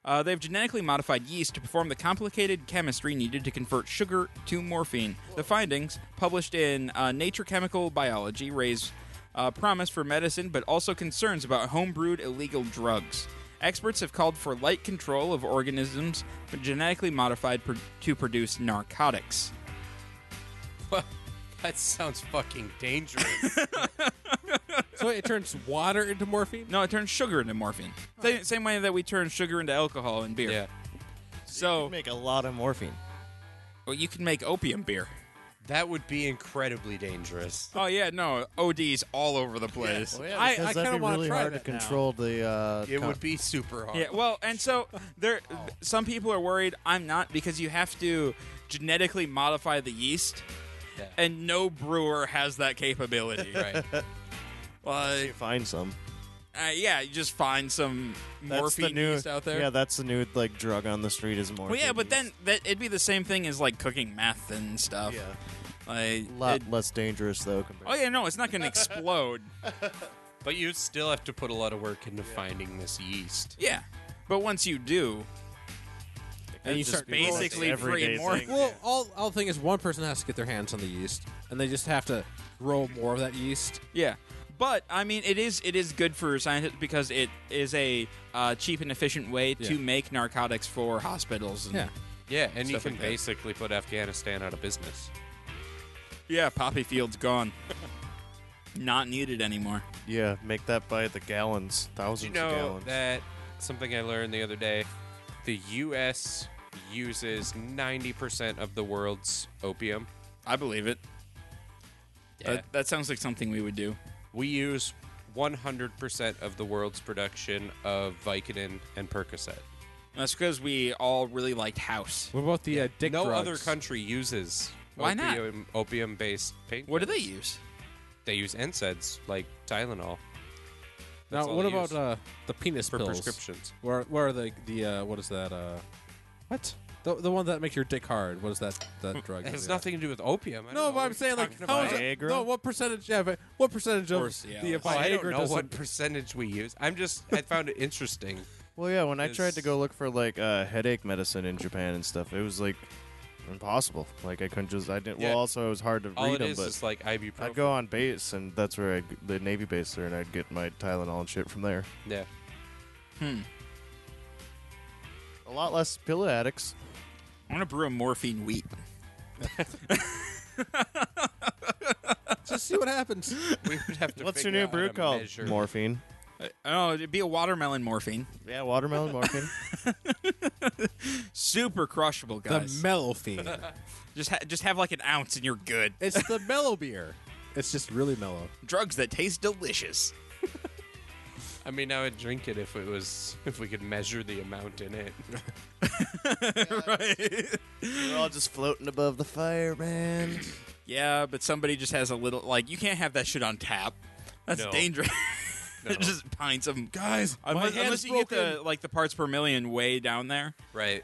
Uh, they've genetically modified yeast to perform the complicated chemistry needed to convert sugar to morphine. The findings, published in uh, Nature Chemical Biology, raise uh, promise for medicine but also concerns about homebrewed illegal drugs. Experts have called for light control of organisms genetically modified pro- to produce narcotics.
that sounds fucking dangerous.
so it turns water into morphine.
No, it turns sugar into morphine. Same, same way that we turn sugar into alcohol and beer.
<laughs> yeah.
So,
make a lot of morphine.
well, you can make opium beer.
That would be incredibly dangerous.
Oh yeah, no, ODs all over the place.
I,
Because
I
that'd
kind of
be
want
really
to try
hard
that
to
now.
control the. Uh,
It
con-
would be super hard.
Yeah, well, and so there, some people are worried. I'm not because you have to genetically modify the yeast,
Yeah.
and no brewer has that
<laughs>
capability.
Right.
Like,
You find some.
uh, yeah, you just find some
That's
morphine
the new,
yeast out there.
Yeah, that's the new like drug on the street is morphine.
well, yeah, but then
yeast.
that, it'd be the same thing as like cooking meth and stuff.
Yeah.
Like,
a lot
it-
less dangerous though. Compared
oh yeah, no, it's
<laughs>
not going to explode.
But you still have to put a lot of work into finding this yeast.
yeah, but once you do,
And you
it's just
start growing
basically free
everyday
morphine.
thing.
Well, all all thing is one person has to get their hands on the yeast, and they just have to grow more of that yeast.
<laughs> Yeah, but I mean, it is it is good for scientists because it is a uh, cheap and efficient way to
Yeah.
make narcotics for hospitals.
Hmm.
And,
Yeah,
Yeah, and you
Stuff
can
like that.
basically put Afghanistan out of business.
yeah, poppy field's gone, <laughs> not needed anymore.
yeah, make that by the gallons,
Did you
thousands of
know
gallons.
that something I learned the other day? The U.S. uses 90% of the world's opium.
I believe it.
Yeah.
That, that sounds like something we would do.
we use 100% of the world's production of Vicodin and Percocet.
That's because we all really liked House.
What about the uh, dick
no
drugs?
other country uses
Why not?
opium, opium-based pain.
What do they use?
They use NSAIDs like Tylenol
Now,
That's all
what
they
about
use.
uh, the penis
for
pills?
prescriptions.
Where where are the the uh, what is that? Uh, what the the one that makes your dick hard? What is that that drug?
Hmm. It has nothing to do with opium. I don't
No,
know
but I'm
what
saying
you're
like
talking
how is
about.
that,
Viagra?
no what percentage? Yeah, but what percentage of
Or
the
Cialis.
Viagra
Oh, I don't know
doesn't-
what percentage we use. I'm just I found it
<laughs>
interesting.
Well, yeah, when I tried to
is-
go look for like uh, headache medicine in Japan and stuff, it was like impossible. Like I couldn't just I didn't.
Yeah.
Well, also it was hard to
All
read
it
them,
is
but
is like ibuprofen.
I'd go on base, and that's where I the Navy base there, and I'd get my Tylenol and shit from there.
yeah. <laughs>
A lot less pill addicts.
I want to brew a morphine wheat.
Just see what <laughs> happens.
We would have to
What's your
figure
new
out how
brew
to
called?
measure-
Morphine.
Oh, it'd be a watermelon morphine.
Yeah, watermelon morphine. <laughs>
Super crushable,
the
guys.
mellow <laughs> fiend.
just ha- just have like an ounce and you're good.
it's the mellow beer. It's just really mellow.
Drugs that taste delicious.
I mean, I would drink it if it was if we could measure the amount in
<laughs>
it.
We're all just floating above the fire, man.
Yeah, but somebody just has a little like you can't have that shit on tap. That's
No.
dangerous. <laughs> just pints of 'em. guys.
my
Unless,
hand's
unless you get the
broken.
like the parts per million way down there.
Right.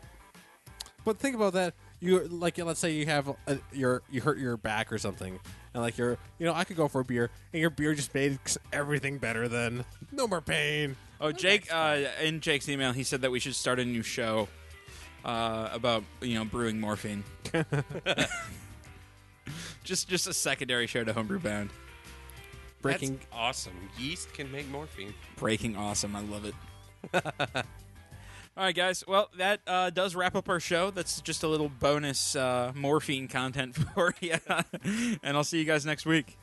But think about that. You like, let's say you have a, your you hurt your back or something, and like your you know I could go for a beer, and your beer just makes everything better. Then no more pain.
Oh, Jake. Uh, in Jake's email, he said that we should start a new show <laughs> uh, about you know brewing morphine. Just just a secondary show to Homebrew Bound.
Breaking
That's awesome. Yeast can make morphine.
Breaking awesome. I love it. <laughs> All right, guys. Well, that uh, does wrap up our show. That's <laughs> just a little bonus uh, morphine content for you. and I'll see you guys next week.